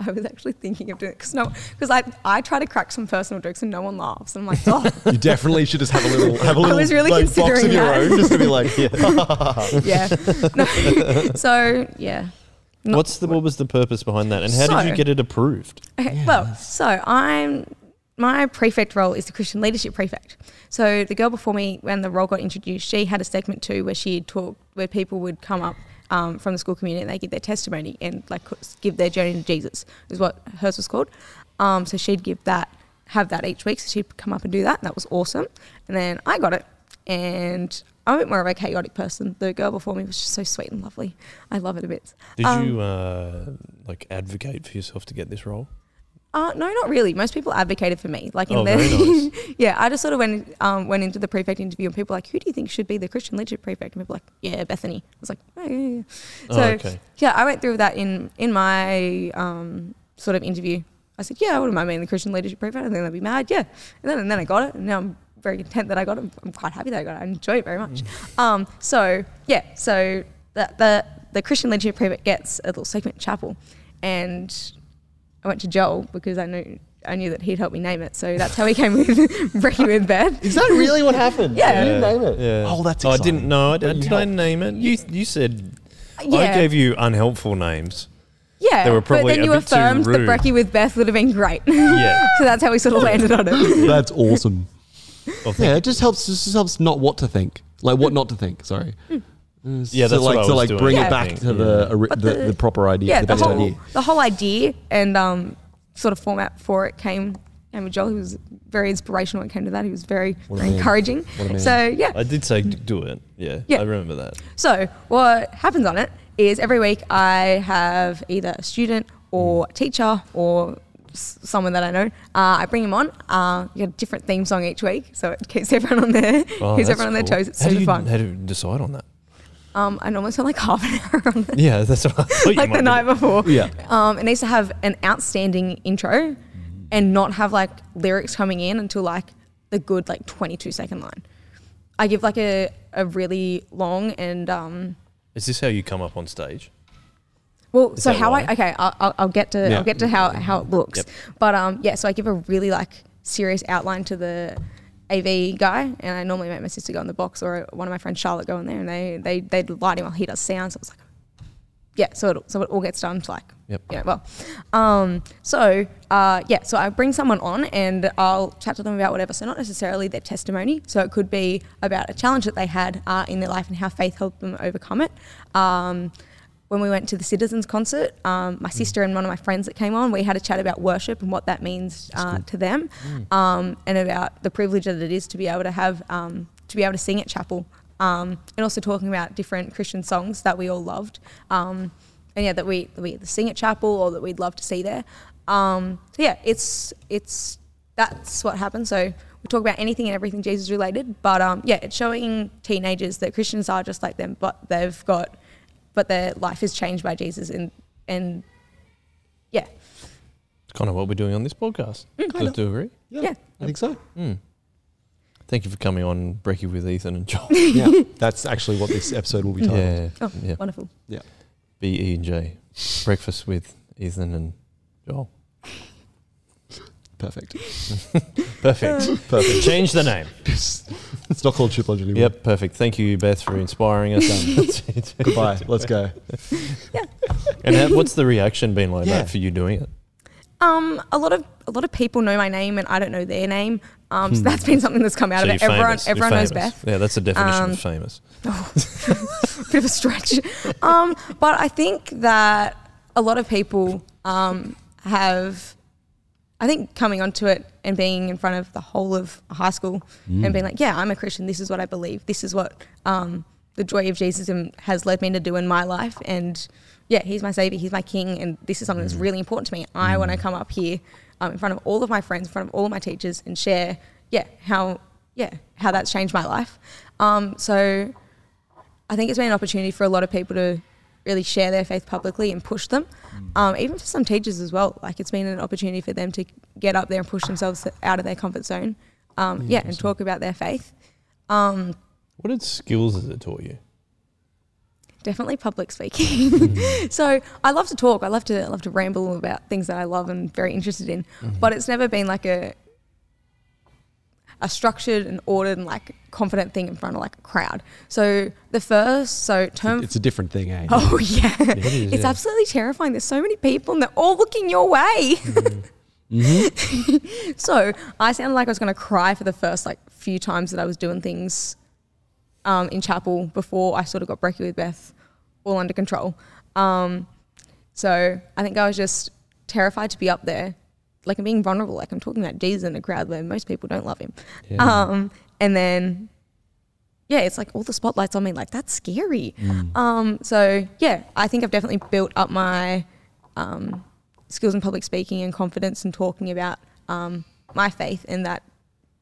[SPEAKER 3] I was actually thinking of doing it because no, because I I try to crack some personal jokes and no one laughs. I'm like, oh
[SPEAKER 1] You definitely should just have a little have a
[SPEAKER 3] I was really considering that.
[SPEAKER 1] just to be like
[SPEAKER 3] yeah. No. so yeah. No.
[SPEAKER 2] What's the what was the purpose behind that, and how did
[SPEAKER 3] So-
[SPEAKER 2] you get it approved?
[SPEAKER 3] Okay, well, so I'm my prefect role is the Christian leadership prefect. So the girl before me, when the role got introduced, she had a segment too where she talked where people would come up um, from the school community and they give their testimony and like co- give their journey to Jesus is what hers was called. Um, so she'd give that have that each week. So she'd come up and do that, and that was awesome. And then I got it, and I'm a bit more of a chaotic person. The girl before me was just so sweet and lovely. I love it a bit.
[SPEAKER 2] Did
[SPEAKER 3] Um,
[SPEAKER 2] you uh, like advocate for yourself to get this role?
[SPEAKER 3] Uh, no, not really. Most people advocated for me. Like, in
[SPEAKER 2] Oh,
[SPEAKER 3] their,
[SPEAKER 2] very nice.
[SPEAKER 3] yeah, I just sort of went um, went into the prefect interview, and people were like, who do you think should be the Christian leadership prefect? And people were like, yeah, Bethany. I was like, oh, yeah, yeah. yeah.
[SPEAKER 2] Oh,
[SPEAKER 3] So
[SPEAKER 2] okay.
[SPEAKER 3] yeah, I went through that in in my um, sort of interview. I said, yeah, I wouldn't mind being the Christian leadership prefect, and then they'd be mad, yeah. And then and then I got it, and now I'm very content that I got it. I'm quite happy that I got it. I enjoy it very much.
[SPEAKER 2] Mm.
[SPEAKER 3] um, so yeah, so the, the the Christian leadership prefect gets a little segment in chapel, and I went to Joel because I knew I knew that he'd help me name it. So that's how he came with Breaking with Bad.
[SPEAKER 1] Is that really what happened?
[SPEAKER 3] Yeah.
[SPEAKER 1] You didn't name it.
[SPEAKER 2] Yeah.
[SPEAKER 1] Oh, that's
[SPEAKER 2] Oh, I
[SPEAKER 1] exciting.
[SPEAKER 2] didn't know. I, did I
[SPEAKER 1] helped.
[SPEAKER 2] name it? You you said
[SPEAKER 3] Yeah,
[SPEAKER 2] I gave you unhelpful names.
[SPEAKER 3] yeah.
[SPEAKER 2] they were probably
[SPEAKER 3] but
[SPEAKER 2] a
[SPEAKER 3] then you
[SPEAKER 2] bit too
[SPEAKER 3] affirmed that
[SPEAKER 2] rude.
[SPEAKER 3] Breaking with Beth would have been great.
[SPEAKER 2] Yeah.
[SPEAKER 3] so that's how we sort of landed on it.
[SPEAKER 1] That's awesome.
[SPEAKER 2] Well, thank
[SPEAKER 1] Yeah, it just helps. Just helps not what to think, like what not to think. Sorry. Uh, so
[SPEAKER 2] Yeah, that's
[SPEAKER 1] like
[SPEAKER 2] what I
[SPEAKER 1] to
[SPEAKER 2] was
[SPEAKER 1] like
[SPEAKER 2] doing,
[SPEAKER 1] bring
[SPEAKER 3] I
[SPEAKER 1] it back
[SPEAKER 2] think.
[SPEAKER 1] to the, ori-
[SPEAKER 3] Mm. But
[SPEAKER 1] the
[SPEAKER 3] the-
[SPEAKER 1] the proper idea,
[SPEAKER 3] yeah,
[SPEAKER 1] the
[SPEAKER 3] the
[SPEAKER 1] best
[SPEAKER 3] whole
[SPEAKER 1] idea.
[SPEAKER 3] the whole idea and um, sort of format for it came came with Joel, who was very inspirational when it came to that. He was very,
[SPEAKER 1] What a
[SPEAKER 3] very
[SPEAKER 1] man.
[SPEAKER 3] encouraging.
[SPEAKER 1] What a man.
[SPEAKER 3] So yeah,
[SPEAKER 2] I did say d- do it. Yeah,
[SPEAKER 3] Yeah.
[SPEAKER 2] I remember that.
[SPEAKER 3] So what happens on it is every week I have either a student or a teacher or s- someone that I know. Uh, I bring them on. Uh, you get a different theme song each week, so it keeps everyone on their
[SPEAKER 2] Oh,
[SPEAKER 3] keeps
[SPEAKER 2] that's
[SPEAKER 3] everyone on their
[SPEAKER 2] cool.
[SPEAKER 3] toes. It's
[SPEAKER 2] how do
[SPEAKER 3] super
[SPEAKER 2] you,
[SPEAKER 3] fun.
[SPEAKER 2] How do you decide on that?
[SPEAKER 3] Um, I normally spend like half an hour on it,
[SPEAKER 2] Yeah, that's what I thought you
[SPEAKER 3] like
[SPEAKER 2] might
[SPEAKER 3] the
[SPEAKER 2] be-
[SPEAKER 3] night before.
[SPEAKER 1] Yeah.
[SPEAKER 3] Um, it needs to have an outstanding intro, and not have like lyrics coming in until like the good like twenty two second line. I give like a, a really long and um,
[SPEAKER 2] Is this how you come up on stage?
[SPEAKER 3] Well,
[SPEAKER 2] Is
[SPEAKER 3] so
[SPEAKER 2] that
[SPEAKER 3] how
[SPEAKER 2] why?
[SPEAKER 3] I okay, I'll, I'll, I'll get to
[SPEAKER 1] Yeah.
[SPEAKER 3] I'll get to how how it looks,
[SPEAKER 2] Yep.
[SPEAKER 3] but um, yeah. So I give a really like serious outline to the AV guy, and I normally make my sister go in the box or one of my friends Charlotte go in there, and they they they light him while he does sounds. So it's like, yeah. So it so it all gets done to like
[SPEAKER 2] Yep.
[SPEAKER 3] yeah. Well, um, so uh, yeah. So I bring someone on and I'll chat to them about whatever. So not necessarily their testimony. So it could be about a challenge that they had uh, in their life and how faith helped them overcome it. Um, when we went to the Citizens concert, um, my sister and one of my friends that came on, we had a chat about worship and what that means uh, to them, um, and about the privilege that it is to be able to have um, to be able to sing at chapel, um, and also talking about different Christian songs that we all loved, um, and yeah, that we that we either sing at chapel or that we'd love to see there. Um, so yeah, it's it's that's what happened. So we talk about anything and everything Jesus related, but um, yeah, it's showing teenagers that Christians are just like them, but they've got but their life is changed by Jesus and and yeah,
[SPEAKER 2] It's kind of what we're doing on this podcast.
[SPEAKER 3] Mm,
[SPEAKER 2] Do, do you agree?
[SPEAKER 3] Yeah.
[SPEAKER 1] I think so.
[SPEAKER 2] Thank you for coming on Brekkie with Ethan and Joel.
[SPEAKER 1] Yeah, that's actually what this episode will be titled.
[SPEAKER 2] yeah,
[SPEAKER 3] Oh.
[SPEAKER 2] yeah.
[SPEAKER 3] wonderful.
[SPEAKER 2] B E and J, breakfast with Ethan and Joel.
[SPEAKER 1] Perfect.
[SPEAKER 2] Perfect.
[SPEAKER 3] Um,
[SPEAKER 1] Perfect.
[SPEAKER 2] Change the name.
[SPEAKER 1] it's not called Triple Edge anymore.
[SPEAKER 2] Yep, perfect. Thank you, Beth, for inspiring us.
[SPEAKER 1] Goodbye. Let's go.
[SPEAKER 2] and how, what's the reaction been like
[SPEAKER 1] Yeah.
[SPEAKER 2] that for you doing it?
[SPEAKER 3] Um, a lot of a lot of people know my name and I don't know their name. Um, so that's been something that's come out
[SPEAKER 2] Hmm. so
[SPEAKER 3] of
[SPEAKER 2] you're famous.
[SPEAKER 3] it. Everyone
[SPEAKER 2] You're
[SPEAKER 3] everyone knows
[SPEAKER 2] famous.
[SPEAKER 3] Beth.
[SPEAKER 2] Yeah, that's the definition
[SPEAKER 3] Um,
[SPEAKER 2] of famous.
[SPEAKER 3] Bit of a stretch. um, but I think that a lot of people um, have. I think coming onto it and being in front of the whole of high school and being like, yeah, I'm a Christian. This is what I believe. This is what um, the joy of Jesus in- has led me to do in my life. And yeah, he's my savior. He's my king. And this is something that's really important to me. I want to come up here um, in front of all of my friends, in front of all my teachers, and share, yeah, how yeah how that's changed my life. Um, so I think it's been an opportunity for a lot of people to really share their faith publicly and push them. Um, even for some teachers as well, like it's been an opportunity for them to get up there and push themselves out of their comfort zone. Um, yeah, and talk about their faith. Um,
[SPEAKER 2] What did skills has it taught you?
[SPEAKER 3] definitely public speaking. so I love to talk. I love to I love to ramble about things that I love and very interested in. But it's never been like a a structured and ordered and like confident thing in front of like a crowd. So the first so term
[SPEAKER 1] It's a different thing, eh?
[SPEAKER 3] Oh yeah,
[SPEAKER 2] is,
[SPEAKER 3] it's
[SPEAKER 2] yeah.
[SPEAKER 3] absolutely terrifying. There's so many people, and they're all looking your way.
[SPEAKER 2] Mm-hmm.
[SPEAKER 3] so I sounded like I was going to cry for the first like few times that I was doing things um, in chapel before I sort of got Brekkie with Beth all under control. Um, so I think I was just terrified to be up there, like I'm being vulnerable, like I'm talking about Jesus in a crowd where most people don't love him. Um, and then yeah, it's like all the spotlights on me. Like that's scary. Um, so yeah, I think I've definitely built up my um, skills in public speaking and confidence and talking about um, my faith and that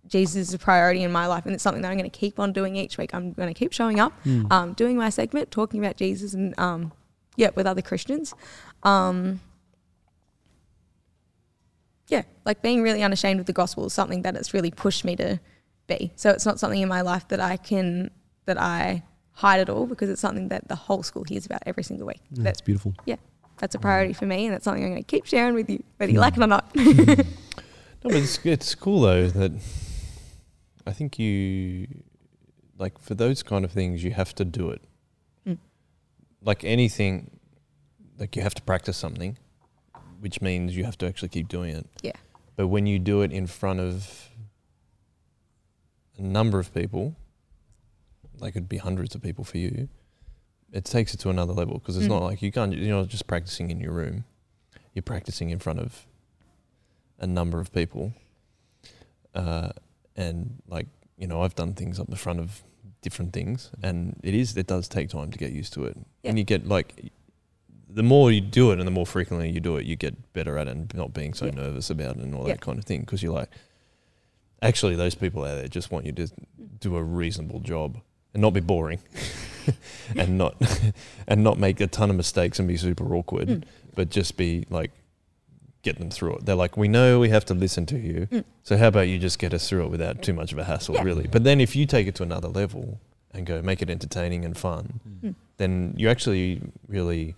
[SPEAKER 3] Jesus is a priority in my life and it's something that I'm going to keep on doing each week. I'm going to keep showing up, um, doing my segment, talking about Jesus and um, yeah, with other Christians. Um, yeah, like being really unashamed with the gospel is something that it's really pushed me to be. So it's not something in my life that I can that I hide at all because it's something that the whole school hears about every single week.
[SPEAKER 1] That's
[SPEAKER 3] That
[SPEAKER 1] beautiful.
[SPEAKER 3] yeah. That's a priority for me, and that's something I'm going to keep sharing with you, whether you
[SPEAKER 2] Hmm.
[SPEAKER 3] like it or not.
[SPEAKER 2] No, but it's it's cool though that I think you like for those kind of things you have to do it.
[SPEAKER 3] Mm.
[SPEAKER 2] Like anything, like you have to practice something, which means you have to actually keep doing it.
[SPEAKER 3] Yeah.
[SPEAKER 2] But when you do it in front of a number of people, like it'd be hundreds of people for you, it takes it to another level because it's
[SPEAKER 3] Mm.
[SPEAKER 2] not like you can't you're not just practicing in your room, you're practicing in front of a number of people. Uh, and like, you know, I've done things up the front of different things and it is, it does take time to get used to it.
[SPEAKER 3] Yeah.
[SPEAKER 2] And you get like, the more you do it and the more frequently you do it, you get better at it and not being so
[SPEAKER 3] Yeah.
[SPEAKER 2] nervous about it and all
[SPEAKER 3] Yeah.
[SPEAKER 2] that kind of thing. Cause you're like, actually those people out there just want you to do a reasonable job and not be boring and not, and not make a ton of mistakes and be super awkward,
[SPEAKER 3] Mm.
[SPEAKER 2] but just be like, get them through it. They're like, we know we have to listen to you. So how about you just get us through it without too much of a hassle,
[SPEAKER 3] Mm. Yeah.
[SPEAKER 2] really? But then if you take it to another level and go make it entertaining and fun,
[SPEAKER 3] Mm.
[SPEAKER 2] then you're actually really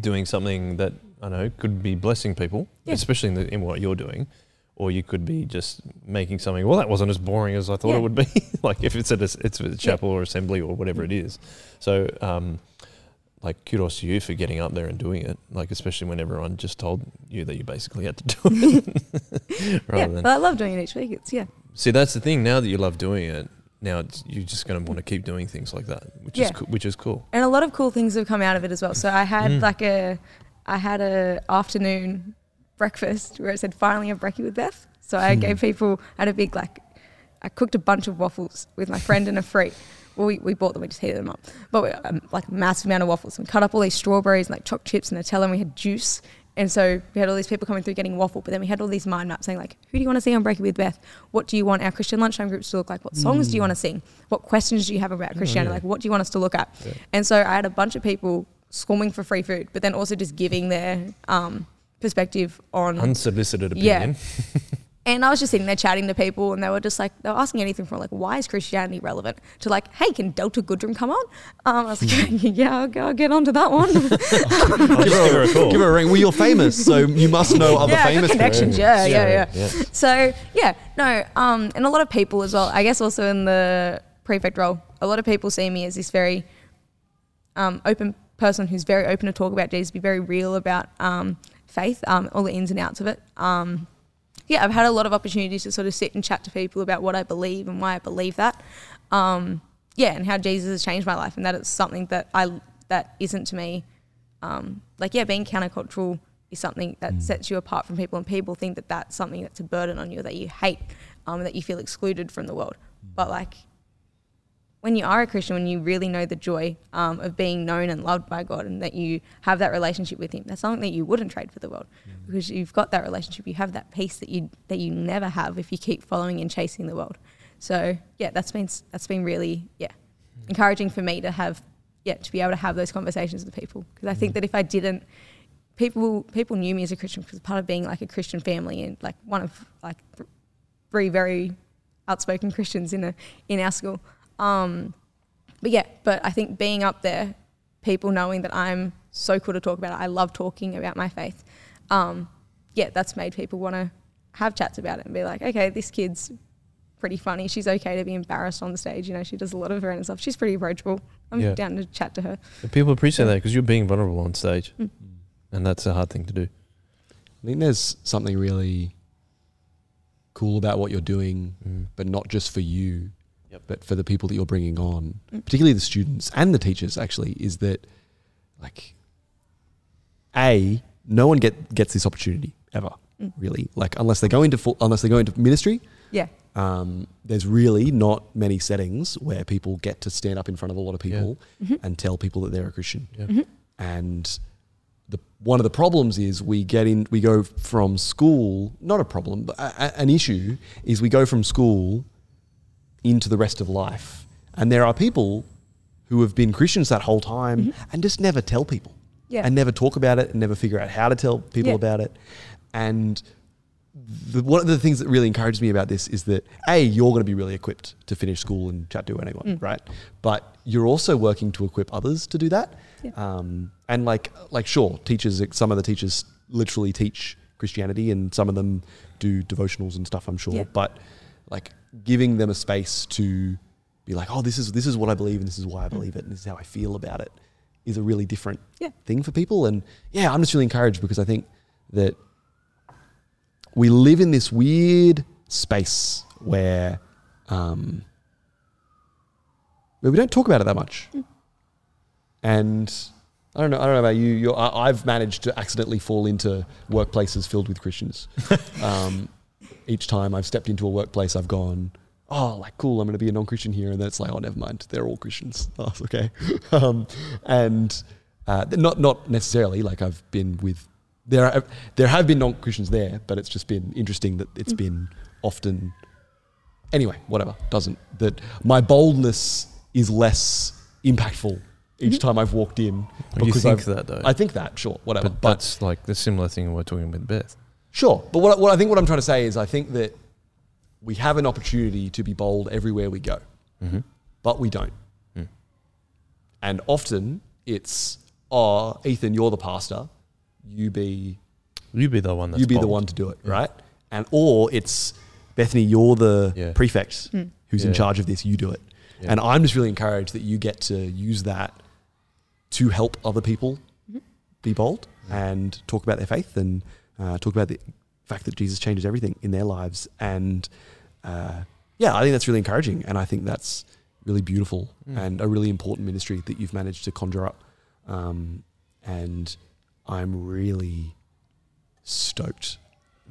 [SPEAKER 2] doing something that I don't know could be blessing people,
[SPEAKER 3] Yeah.
[SPEAKER 2] especially in, the, in what you're doing. Or you could be just making something. Well, that wasn't as boring as I thought
[SPEAKER 3] Yeah.
[SPEAKER 2] it would be. like if it's at a, it's at a chapel or assembly or whatever it is. So, um, like kudos to you for getting up there and doing it. Like especially when everyone just told you that you basically had to do it,
[SPEAKER 3] yeah,
[SPEAKER 2] rather than
[SPEAKER 3] but I love doing it each week. It's yeah,
[SPEAKER 2] See, that's the thing. Now that you love doing it, now it's, you're just going to want to keep doing things like that, which is
[SPEAKER 3] Yeah.
[SPEAKER 2] coo- which is cool.
[SPEAKER 3] and a lot of cool things have come out of it as well. So I had
[SPEAKER 2] Mm.
[SPEAKER 3] like a, I had a afternoon breakfast where it said finally a brekkie with Beth. So I gave
[SPEAKER 2] Hmm.
[SPEAKER 3] people I had a big like, I cooked a bunch of waffles with my friend and a free. Well, we, we bought them, we just heated them up. But we, um, like a massive amount of waffles and cut up all these strawberries and like choc chips and Nutella and we had juice. And so we had all these people coming through getting waffle, but then we had all these mind maps saying like, who do you want to see on Breaking with Beth? What do you want our Christian lunchtime groups to look like? What songs do you want to sing? What questions do you have about
[SPEAKER 2] Hmm.
[SPEAKER 3] Christianity?
[SPEAKER 2] yeah.
[SPEAKER 3] Like, what do you want us to look at?
[SPEAKER 2] Yeah.
[SPEAKER 3] And so I had a bunch of people swarming for free food, but then also just giving their um, perspective on
[SPEAKER 2] Unsolicited
[SPEAKER 3] Mm. Yeah.
[SPEAKER 2] opinion.
[SPEAKER 3] and I was just sitting there chatting to people, and they were just like, they were asking anything from like, why is Christianity relevant? To like, hey, can Delta Goodrum come on? Um, I was like, yeah, I'll, go- I'll get onto that one.
[SPEAKER 2] I'll just give her a call.
[SPEAKER 1] Give her a ring. Well, you're famous, so you must know other
[SPEAKER 3] yeah, I got
[SPEAKER 1] famous
[SPEAKER 3] connections. Yeah, yeah, yeah,
[SPEAKER 2] yeah.
[SPEAKER 3] So yeah, no, um, and a lot of people as well. I guess also in the prefect role, a lot of people see me as this very um, open person who's very open to talk about Jesus, be very real about um, faith, um, all the ins and outs of it. Um, yeah, I've had a lot of opportunities to sort of sit and chat to people about what I believe and why I believe that. Um, yeah, and how Jesus has changed my life, and that it's something that I that isn't to me um, like yeah, being countercultural is something that sets you apart from people, and people think that that's something that's a burden on you that you hate, um, that you feel excluded from the world. But like, when you are a Christian, when you really know the joy um, of being known and loved by God, and that you have that relationship with Him, that's something that you wouldn't trade for the world, because you've got that relationship, you have that peace that you that you never have if you keep following and chasing the world. So yeah, that's been s- that's been really yeah encouraging for me to have yeah to be able to have those conversations with people because I think that if I didn't people people knew me as a Christian because part of being like a Christian family and like one of like th- three very outspoken Christians in a in our school um but yeah but I think being up there people knowing that I'm so cool to talk about it I love talking about my faith um yeah that's made people want to have chats about it and be like okay this kid's pretty funny. She's okay to be embarrassed on the stage. You know, she does a lot of her own stuff. She's pretty approachable. I'm
[SPEAKER 2] Yeah.
[SPEAKER 3] down to chat to her.
[SPEAKER 2] But people appreciate that because you're being vulnerable on stage,
[SPEAKER 3] Mm.
[SPEAKER 2] and that's a hard thing to do.
[SPEAKER 1] I think there's something really cool about what you're doing, but not just for you,
[SPEAKER 2] Yep.
[SPEAKER 1] but for the people that you're bringing on,
[SPEAKER 3] Mm.
[SPEAKER 1] particularly the students and the teachers. Actually, is that like a no one get gets this opportunity ever
[SPEAKER 3] Mm.
[SPEAKER 1] really like unless they go into full, unless they go into ministry.
[SPEAKER 3] Yeah.
[SPEAKER 1] Um, there's really not many settings where people get to stand up in front of a lot of people and tell people that they're a Christian
[SPEAKER 2] Yeah.
[SPEAKER 1] and the one of the problems is we get in we go from school not a problem but a, a- an issue is we go from school into the rest of life and there are people who have been christians that whole time and just never tell people
[SPEAKER 3] Yeah.
[SPEAKER 1] and never talk about it and never figure out how to tell people
[SPEAKER 3] Yeah.
[SPEAKER 1] about it and the, one of the things that really encourages me about this is that a you're going to be really equipped to finish school and chat to anyone, right? But you're also working to equip others to do that. Um, and like like sure, teachers some of the teachers literally teach Christianity, and some of them do devotionals and stuff. I'm sure,
[SPEAKER 3] Yeah.
[SPEAKER 1] but like giving them a space to be like, oh, this is this is what I believe, and this is why I believe it, and this is how I feel about it, is a really different
[SPEAKER 3] Yeah.
[SPEAKER 1] thing for people. And yeah, I'm just really encouraged because I think that we live in this weird space where um, where we don't talk about it that much. And I don't know. I don't know about you. You're, I, I've managed to accidentally fall into workplaces filled with Christians. um, each time I've stepped into a workplace, I've gone, oh, like cool. I'm going to be a non-Christian here, and that's like, oh, never mind. They're all Christians. Oh, it's okay. um, and uh, not not necessarily like I've been with there. Are, there have been non-Christians there, but it's just been interesting that it's been often anyway, whatever, doesn't. That my boldness is less impactful each time I've walked in.
[SPEAKER 2] But Mm-hmm. you think
[SPEAKER 1] I've-
[SPEAKER 2] that though.
[SPEAKER 1] I think that, sure, whatever.
[SPEAKER 2] but
[SPEAKER 1] But,
[SPEAKER 2] that's like the similar thing we're talking with Beth.
[SPEAKER 1] sure. But what, I- what I think what I'm trying to say is I think that we have an opportunity to be bold everywhere we go,
[SPEAKER 2] Mm-hmm.
[SPEAKER 1] but we don't.
[SPEAKER 2] Mm.
[SPEAKER 1] And often it's, oh, Ethan, you're the pastor. You be
[SPEAKER 2] You be the one that's
[SPEAKER 1] you be the
[SPEAKER 2] bold.
[SPEAKER 1] one to do it, right? And or it's Bethany, you're the
[SPEAKER 2] Yeah.
[SPEAKER 1] prefect who's in
[SPEAKER 2] Yeah.
[SPEAKER 1] charge of this. You do it,
[SPEAKER 2] Yeah.
[SPEAKER 1] and I'm just really encouraged that you get to use that to help other people be bold and talk about their faith and uh, talk about the fact that Jesus changes everything in their lives. And uh, yeah, I think that's really encouraging, and I think that's really beautiful
[SPEAKER 2] Mm.
[SPEAKER 1] and a really important ministry that you've managed to conjure up. Um, and I'm really stoked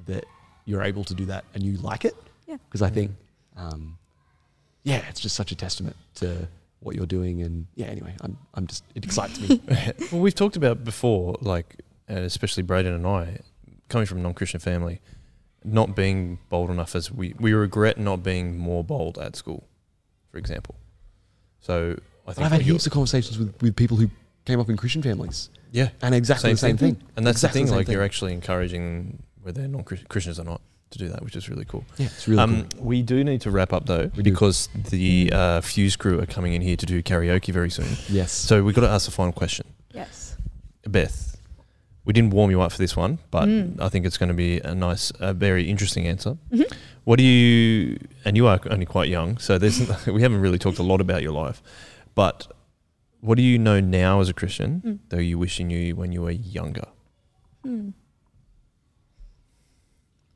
[SPEAKER 1] that you're able to do that and you like it.
[SPEAKER 3] Yeah.
[SPEAKER 1] Because I think, um, yeah, it's just such a testament to what you're doing. And yeah, anyway, I'm, I'm just, it excites me.
[SPEAKER 2] well, we've talked about before, like, and especially Braden and I, coming from a non Christian family, not being bold enough as we, we regret not being more bold at school, for example. So I
[SPEAKER 1] But
[SPEAKER 2] think
[SPEAKER 1] I've had
[SPEAKER 2] what you're-
[SPEAKER 1] heaps of conversations with, with people who came up in Christian families
[SPEAKER 2] yeah,
[SPEAKER 1] and exactly
[SPEAKER 2] Same
[SPEAKER 1] the same thing.
[SPEAKER 2] thing. and that's
[SPEAKER 1] Exactly
[SPEAKER 2] the
[SPEAKER 1] the
[SPEAKER 2] thing,
[SPEAKER 1] same
[SPEAKER 2] like, you're
[SPEAKER 1] thing.
[SPEAKER 2] actually encouraging whether they're non Christians or not to do that, which is really cool.
[SPEAKER 1] Yeah, it's really
[SPEAKER 2] um, We do need to wrap up though,
[SPEAKER 1] We do.
[SPEAKER 2] because the uh, Fuse crew are coming in here to do karaoke very soon.
[SPEAKER 1] cool. Yes.
[SPEAKER 2] So we've got to ask the final question.
[SPEAKER 3] Yes.
[SPEAKER 2] Beth, we didn't warm you up for this one, but I think it's going to be a nice, a very interesting answer.
[SPEAKER 3] Mm-hmm.
[SPEAKER 2] What do you? And you are only quite young, so there's we haven't really talked a lot about your life, but what do you know now as a Christian, though you wish you knew when you were younger?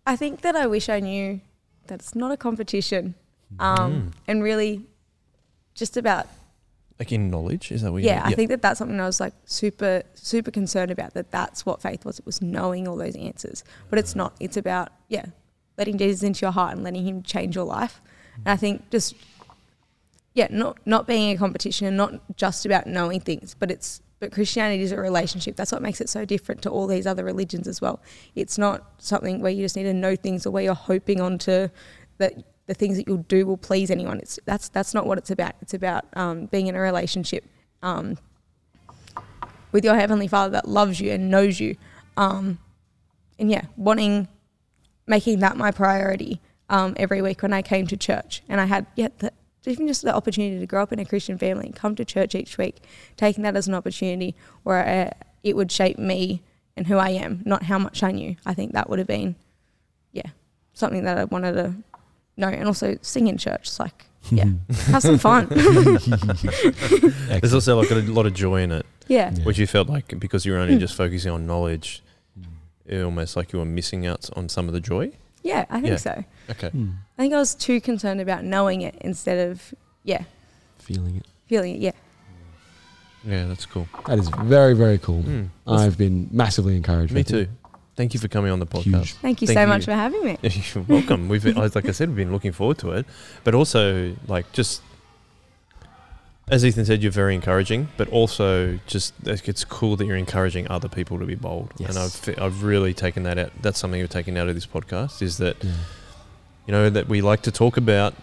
[SPEAKER 3] I think that I wish I knew that it's not a competition, um, and really just about
[SPEAKER 2] Like in knowledge, is that what?
[SPEAKER 3] yeah,
[SPEAKER 2] you
[SPEAKER 3] I think that that's something I was like super, super concerned about. That that's what faith was. It was knowing all those answers, but it's not. It's about yeah, letting Jesus into your heart and letting Him change your life. And I think just yeah, not not being a competition and not just about knowing things, but it's but Christianity is a relationship. That's what makes it so different to all these other religions as well. It's not something where you just need to know things or where you're hoping onto that the things that you'll do will please anyone. It's that's that's not what it's about. It's about um, being in a relationship um, with your heavenly Father that loves you and knows you, um, and yeah, wanting making that my priority um, every week when I came to church. And I had, yeah, the, even just the opportunity to grow up in a Christian family and come to church each week, taking that as an opportunity where I, it would shape me and who I am, not how much I knew. I think that would have been, yeah, something that I wanted to know. And also sing in church. It's like, yeah, have some fun.
[SPEAKER 2] There's also like a lot of joy in it,
[SPEAKER 3] yeah.
[SPEAKER 2] which you felt like because you were
[SPEAKER 3] Hmm.
[SPEAKER 2] only just focusing on knowledge, it almost like you were missing out on some of the joy.
[SPEAKER 3] Yeah, I think
[SPEAKER 2] Yeah.
[SPEAKER 3] so.
[SPEAKER 2] Okay.
[SPEAKER 1] Hmm.
[SPEAKER 3] I think I was too concerned about knowing it instead of, yeah,
[SPEAKER 1] Feeling it.
[SPEAKER 3] feeling it. Yeah.
[SPEAKER 2] Yeah, that's cool.
[SPEAKER 1] That is very, very cool.
[SPEAKER 2] Mm.
[SPEAKER 1] I've been massively encouraged.
[SPEAKER 2] Me
[SPEAKER 1] with it.
[SPEAKER 2] too. Thank you for coming on the podcast.
[SPEAKER 1] Huge.
[SPEAKER 3] Thank you
[SPEAKER 2] Thank
[SPEAKER 3] so
[SPEAKER 2] you.
[SPEAKER 3] much for having me.
[SPEAKER 2] You're welcome. We've been, like I said, we've been looking forward to it, but also like just as Ethan said, you're very encouraging, but also just like, it's cool that you're encouraging other people to be bold.
[SPEAKER 1] Yes.
[SPEAKER 2] And I've fe- I've really taken that out. That's something we've taken out of this podcast is that
[SPEAKER 1] Yeah.
[SPEAKER 2] you know that we like to talk about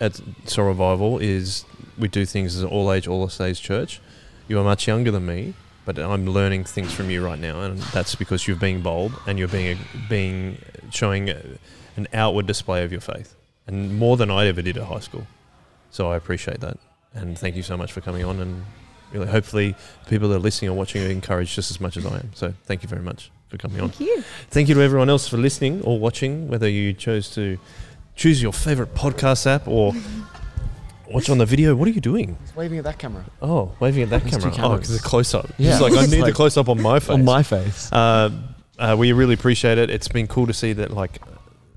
[SPEAKER 2] at Soul Revival is we do things as an all age, all stage church. You are much younger than me, but but I'm learning things from you right now, and that's because you're being bold and you're being being showing an outward display of your faith, and more than I ever did at high school. So I appreciate that, and thank you so much for coming on, and really hopefully people that are listening or watching are encouraged just as much as I am. So thank you very much for coming on.
[SPEAKER 3] Thank you.
[SPEAKER 2] Thank you to everyone else for listening or watching, whether you chose to choose your favorite podcast app or watch on the video. What are you doing?
[SPEAKER 1] He's waving at that camera.
[SPEAKER 2] Oh, waving at that
[SPEAKER 1] There's two
[SPEAKER 2] camera. Oh,
[SPEAKER 1] cameras.
[SPEAKER 2] because the close up.
[SPEAKER 1] Yeah.
[SPEAKER 2] She's like, I
[SPEAKER 1] It's
[SPEAKER 2] need the
[SPEAKER 1] like-
[SPEAKER 2] close up on my face.
[SPEAKER 1] On my face.
[SPEAKER 2] uh, uh, we really appreciate it. It's been cool to see that, like,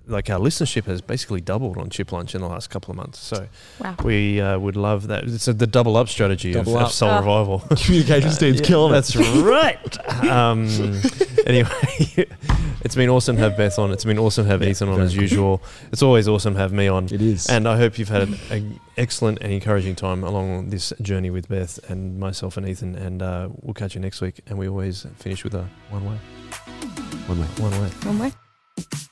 [SPEAKER 2] like our listenership has basically doubled on Chip Lunch in the last couple of months. So
[SPEAKER 3] Wow.
[SPEAKER 2] we uh, would love that. It's a, the double up strategy
[SPEAKER 1] Double
[SPEAKER 2] of,
[SPEAKER 1] up.
[SPEAKER 2] of Soul
[SPEAKER 3] Ah.
[SPEAKER 2] Revival.
[SPEAKER 1] Communications team's
[SPEAKER 2] Uh, Yeah,
[SPEAKER 1] killing
[SPEAKER 2] That's
[SPEAKER 1] it.
[SPEAKER 2] right. um, anyway, it's been awesome to have Beth on. It's been awesome to have Ethan on
[SPEAKER 1] very
[SPEAKER 2] as
[SPEAKER 1] cool.
[SPEAKER 2] usual. It's always awesome to have me on.
[SPEAKER 1] It is.
[SPEAKER 2] And I hope you've had an e-, excellent and encouraging time along this journey with Beth and myself and Ethan. And uh, we'll catch you next week. And we always finish with a one way,
[SPEAKER 1] one way.
[SPEAKER 2] one way.
[SPEAKER 3] One way.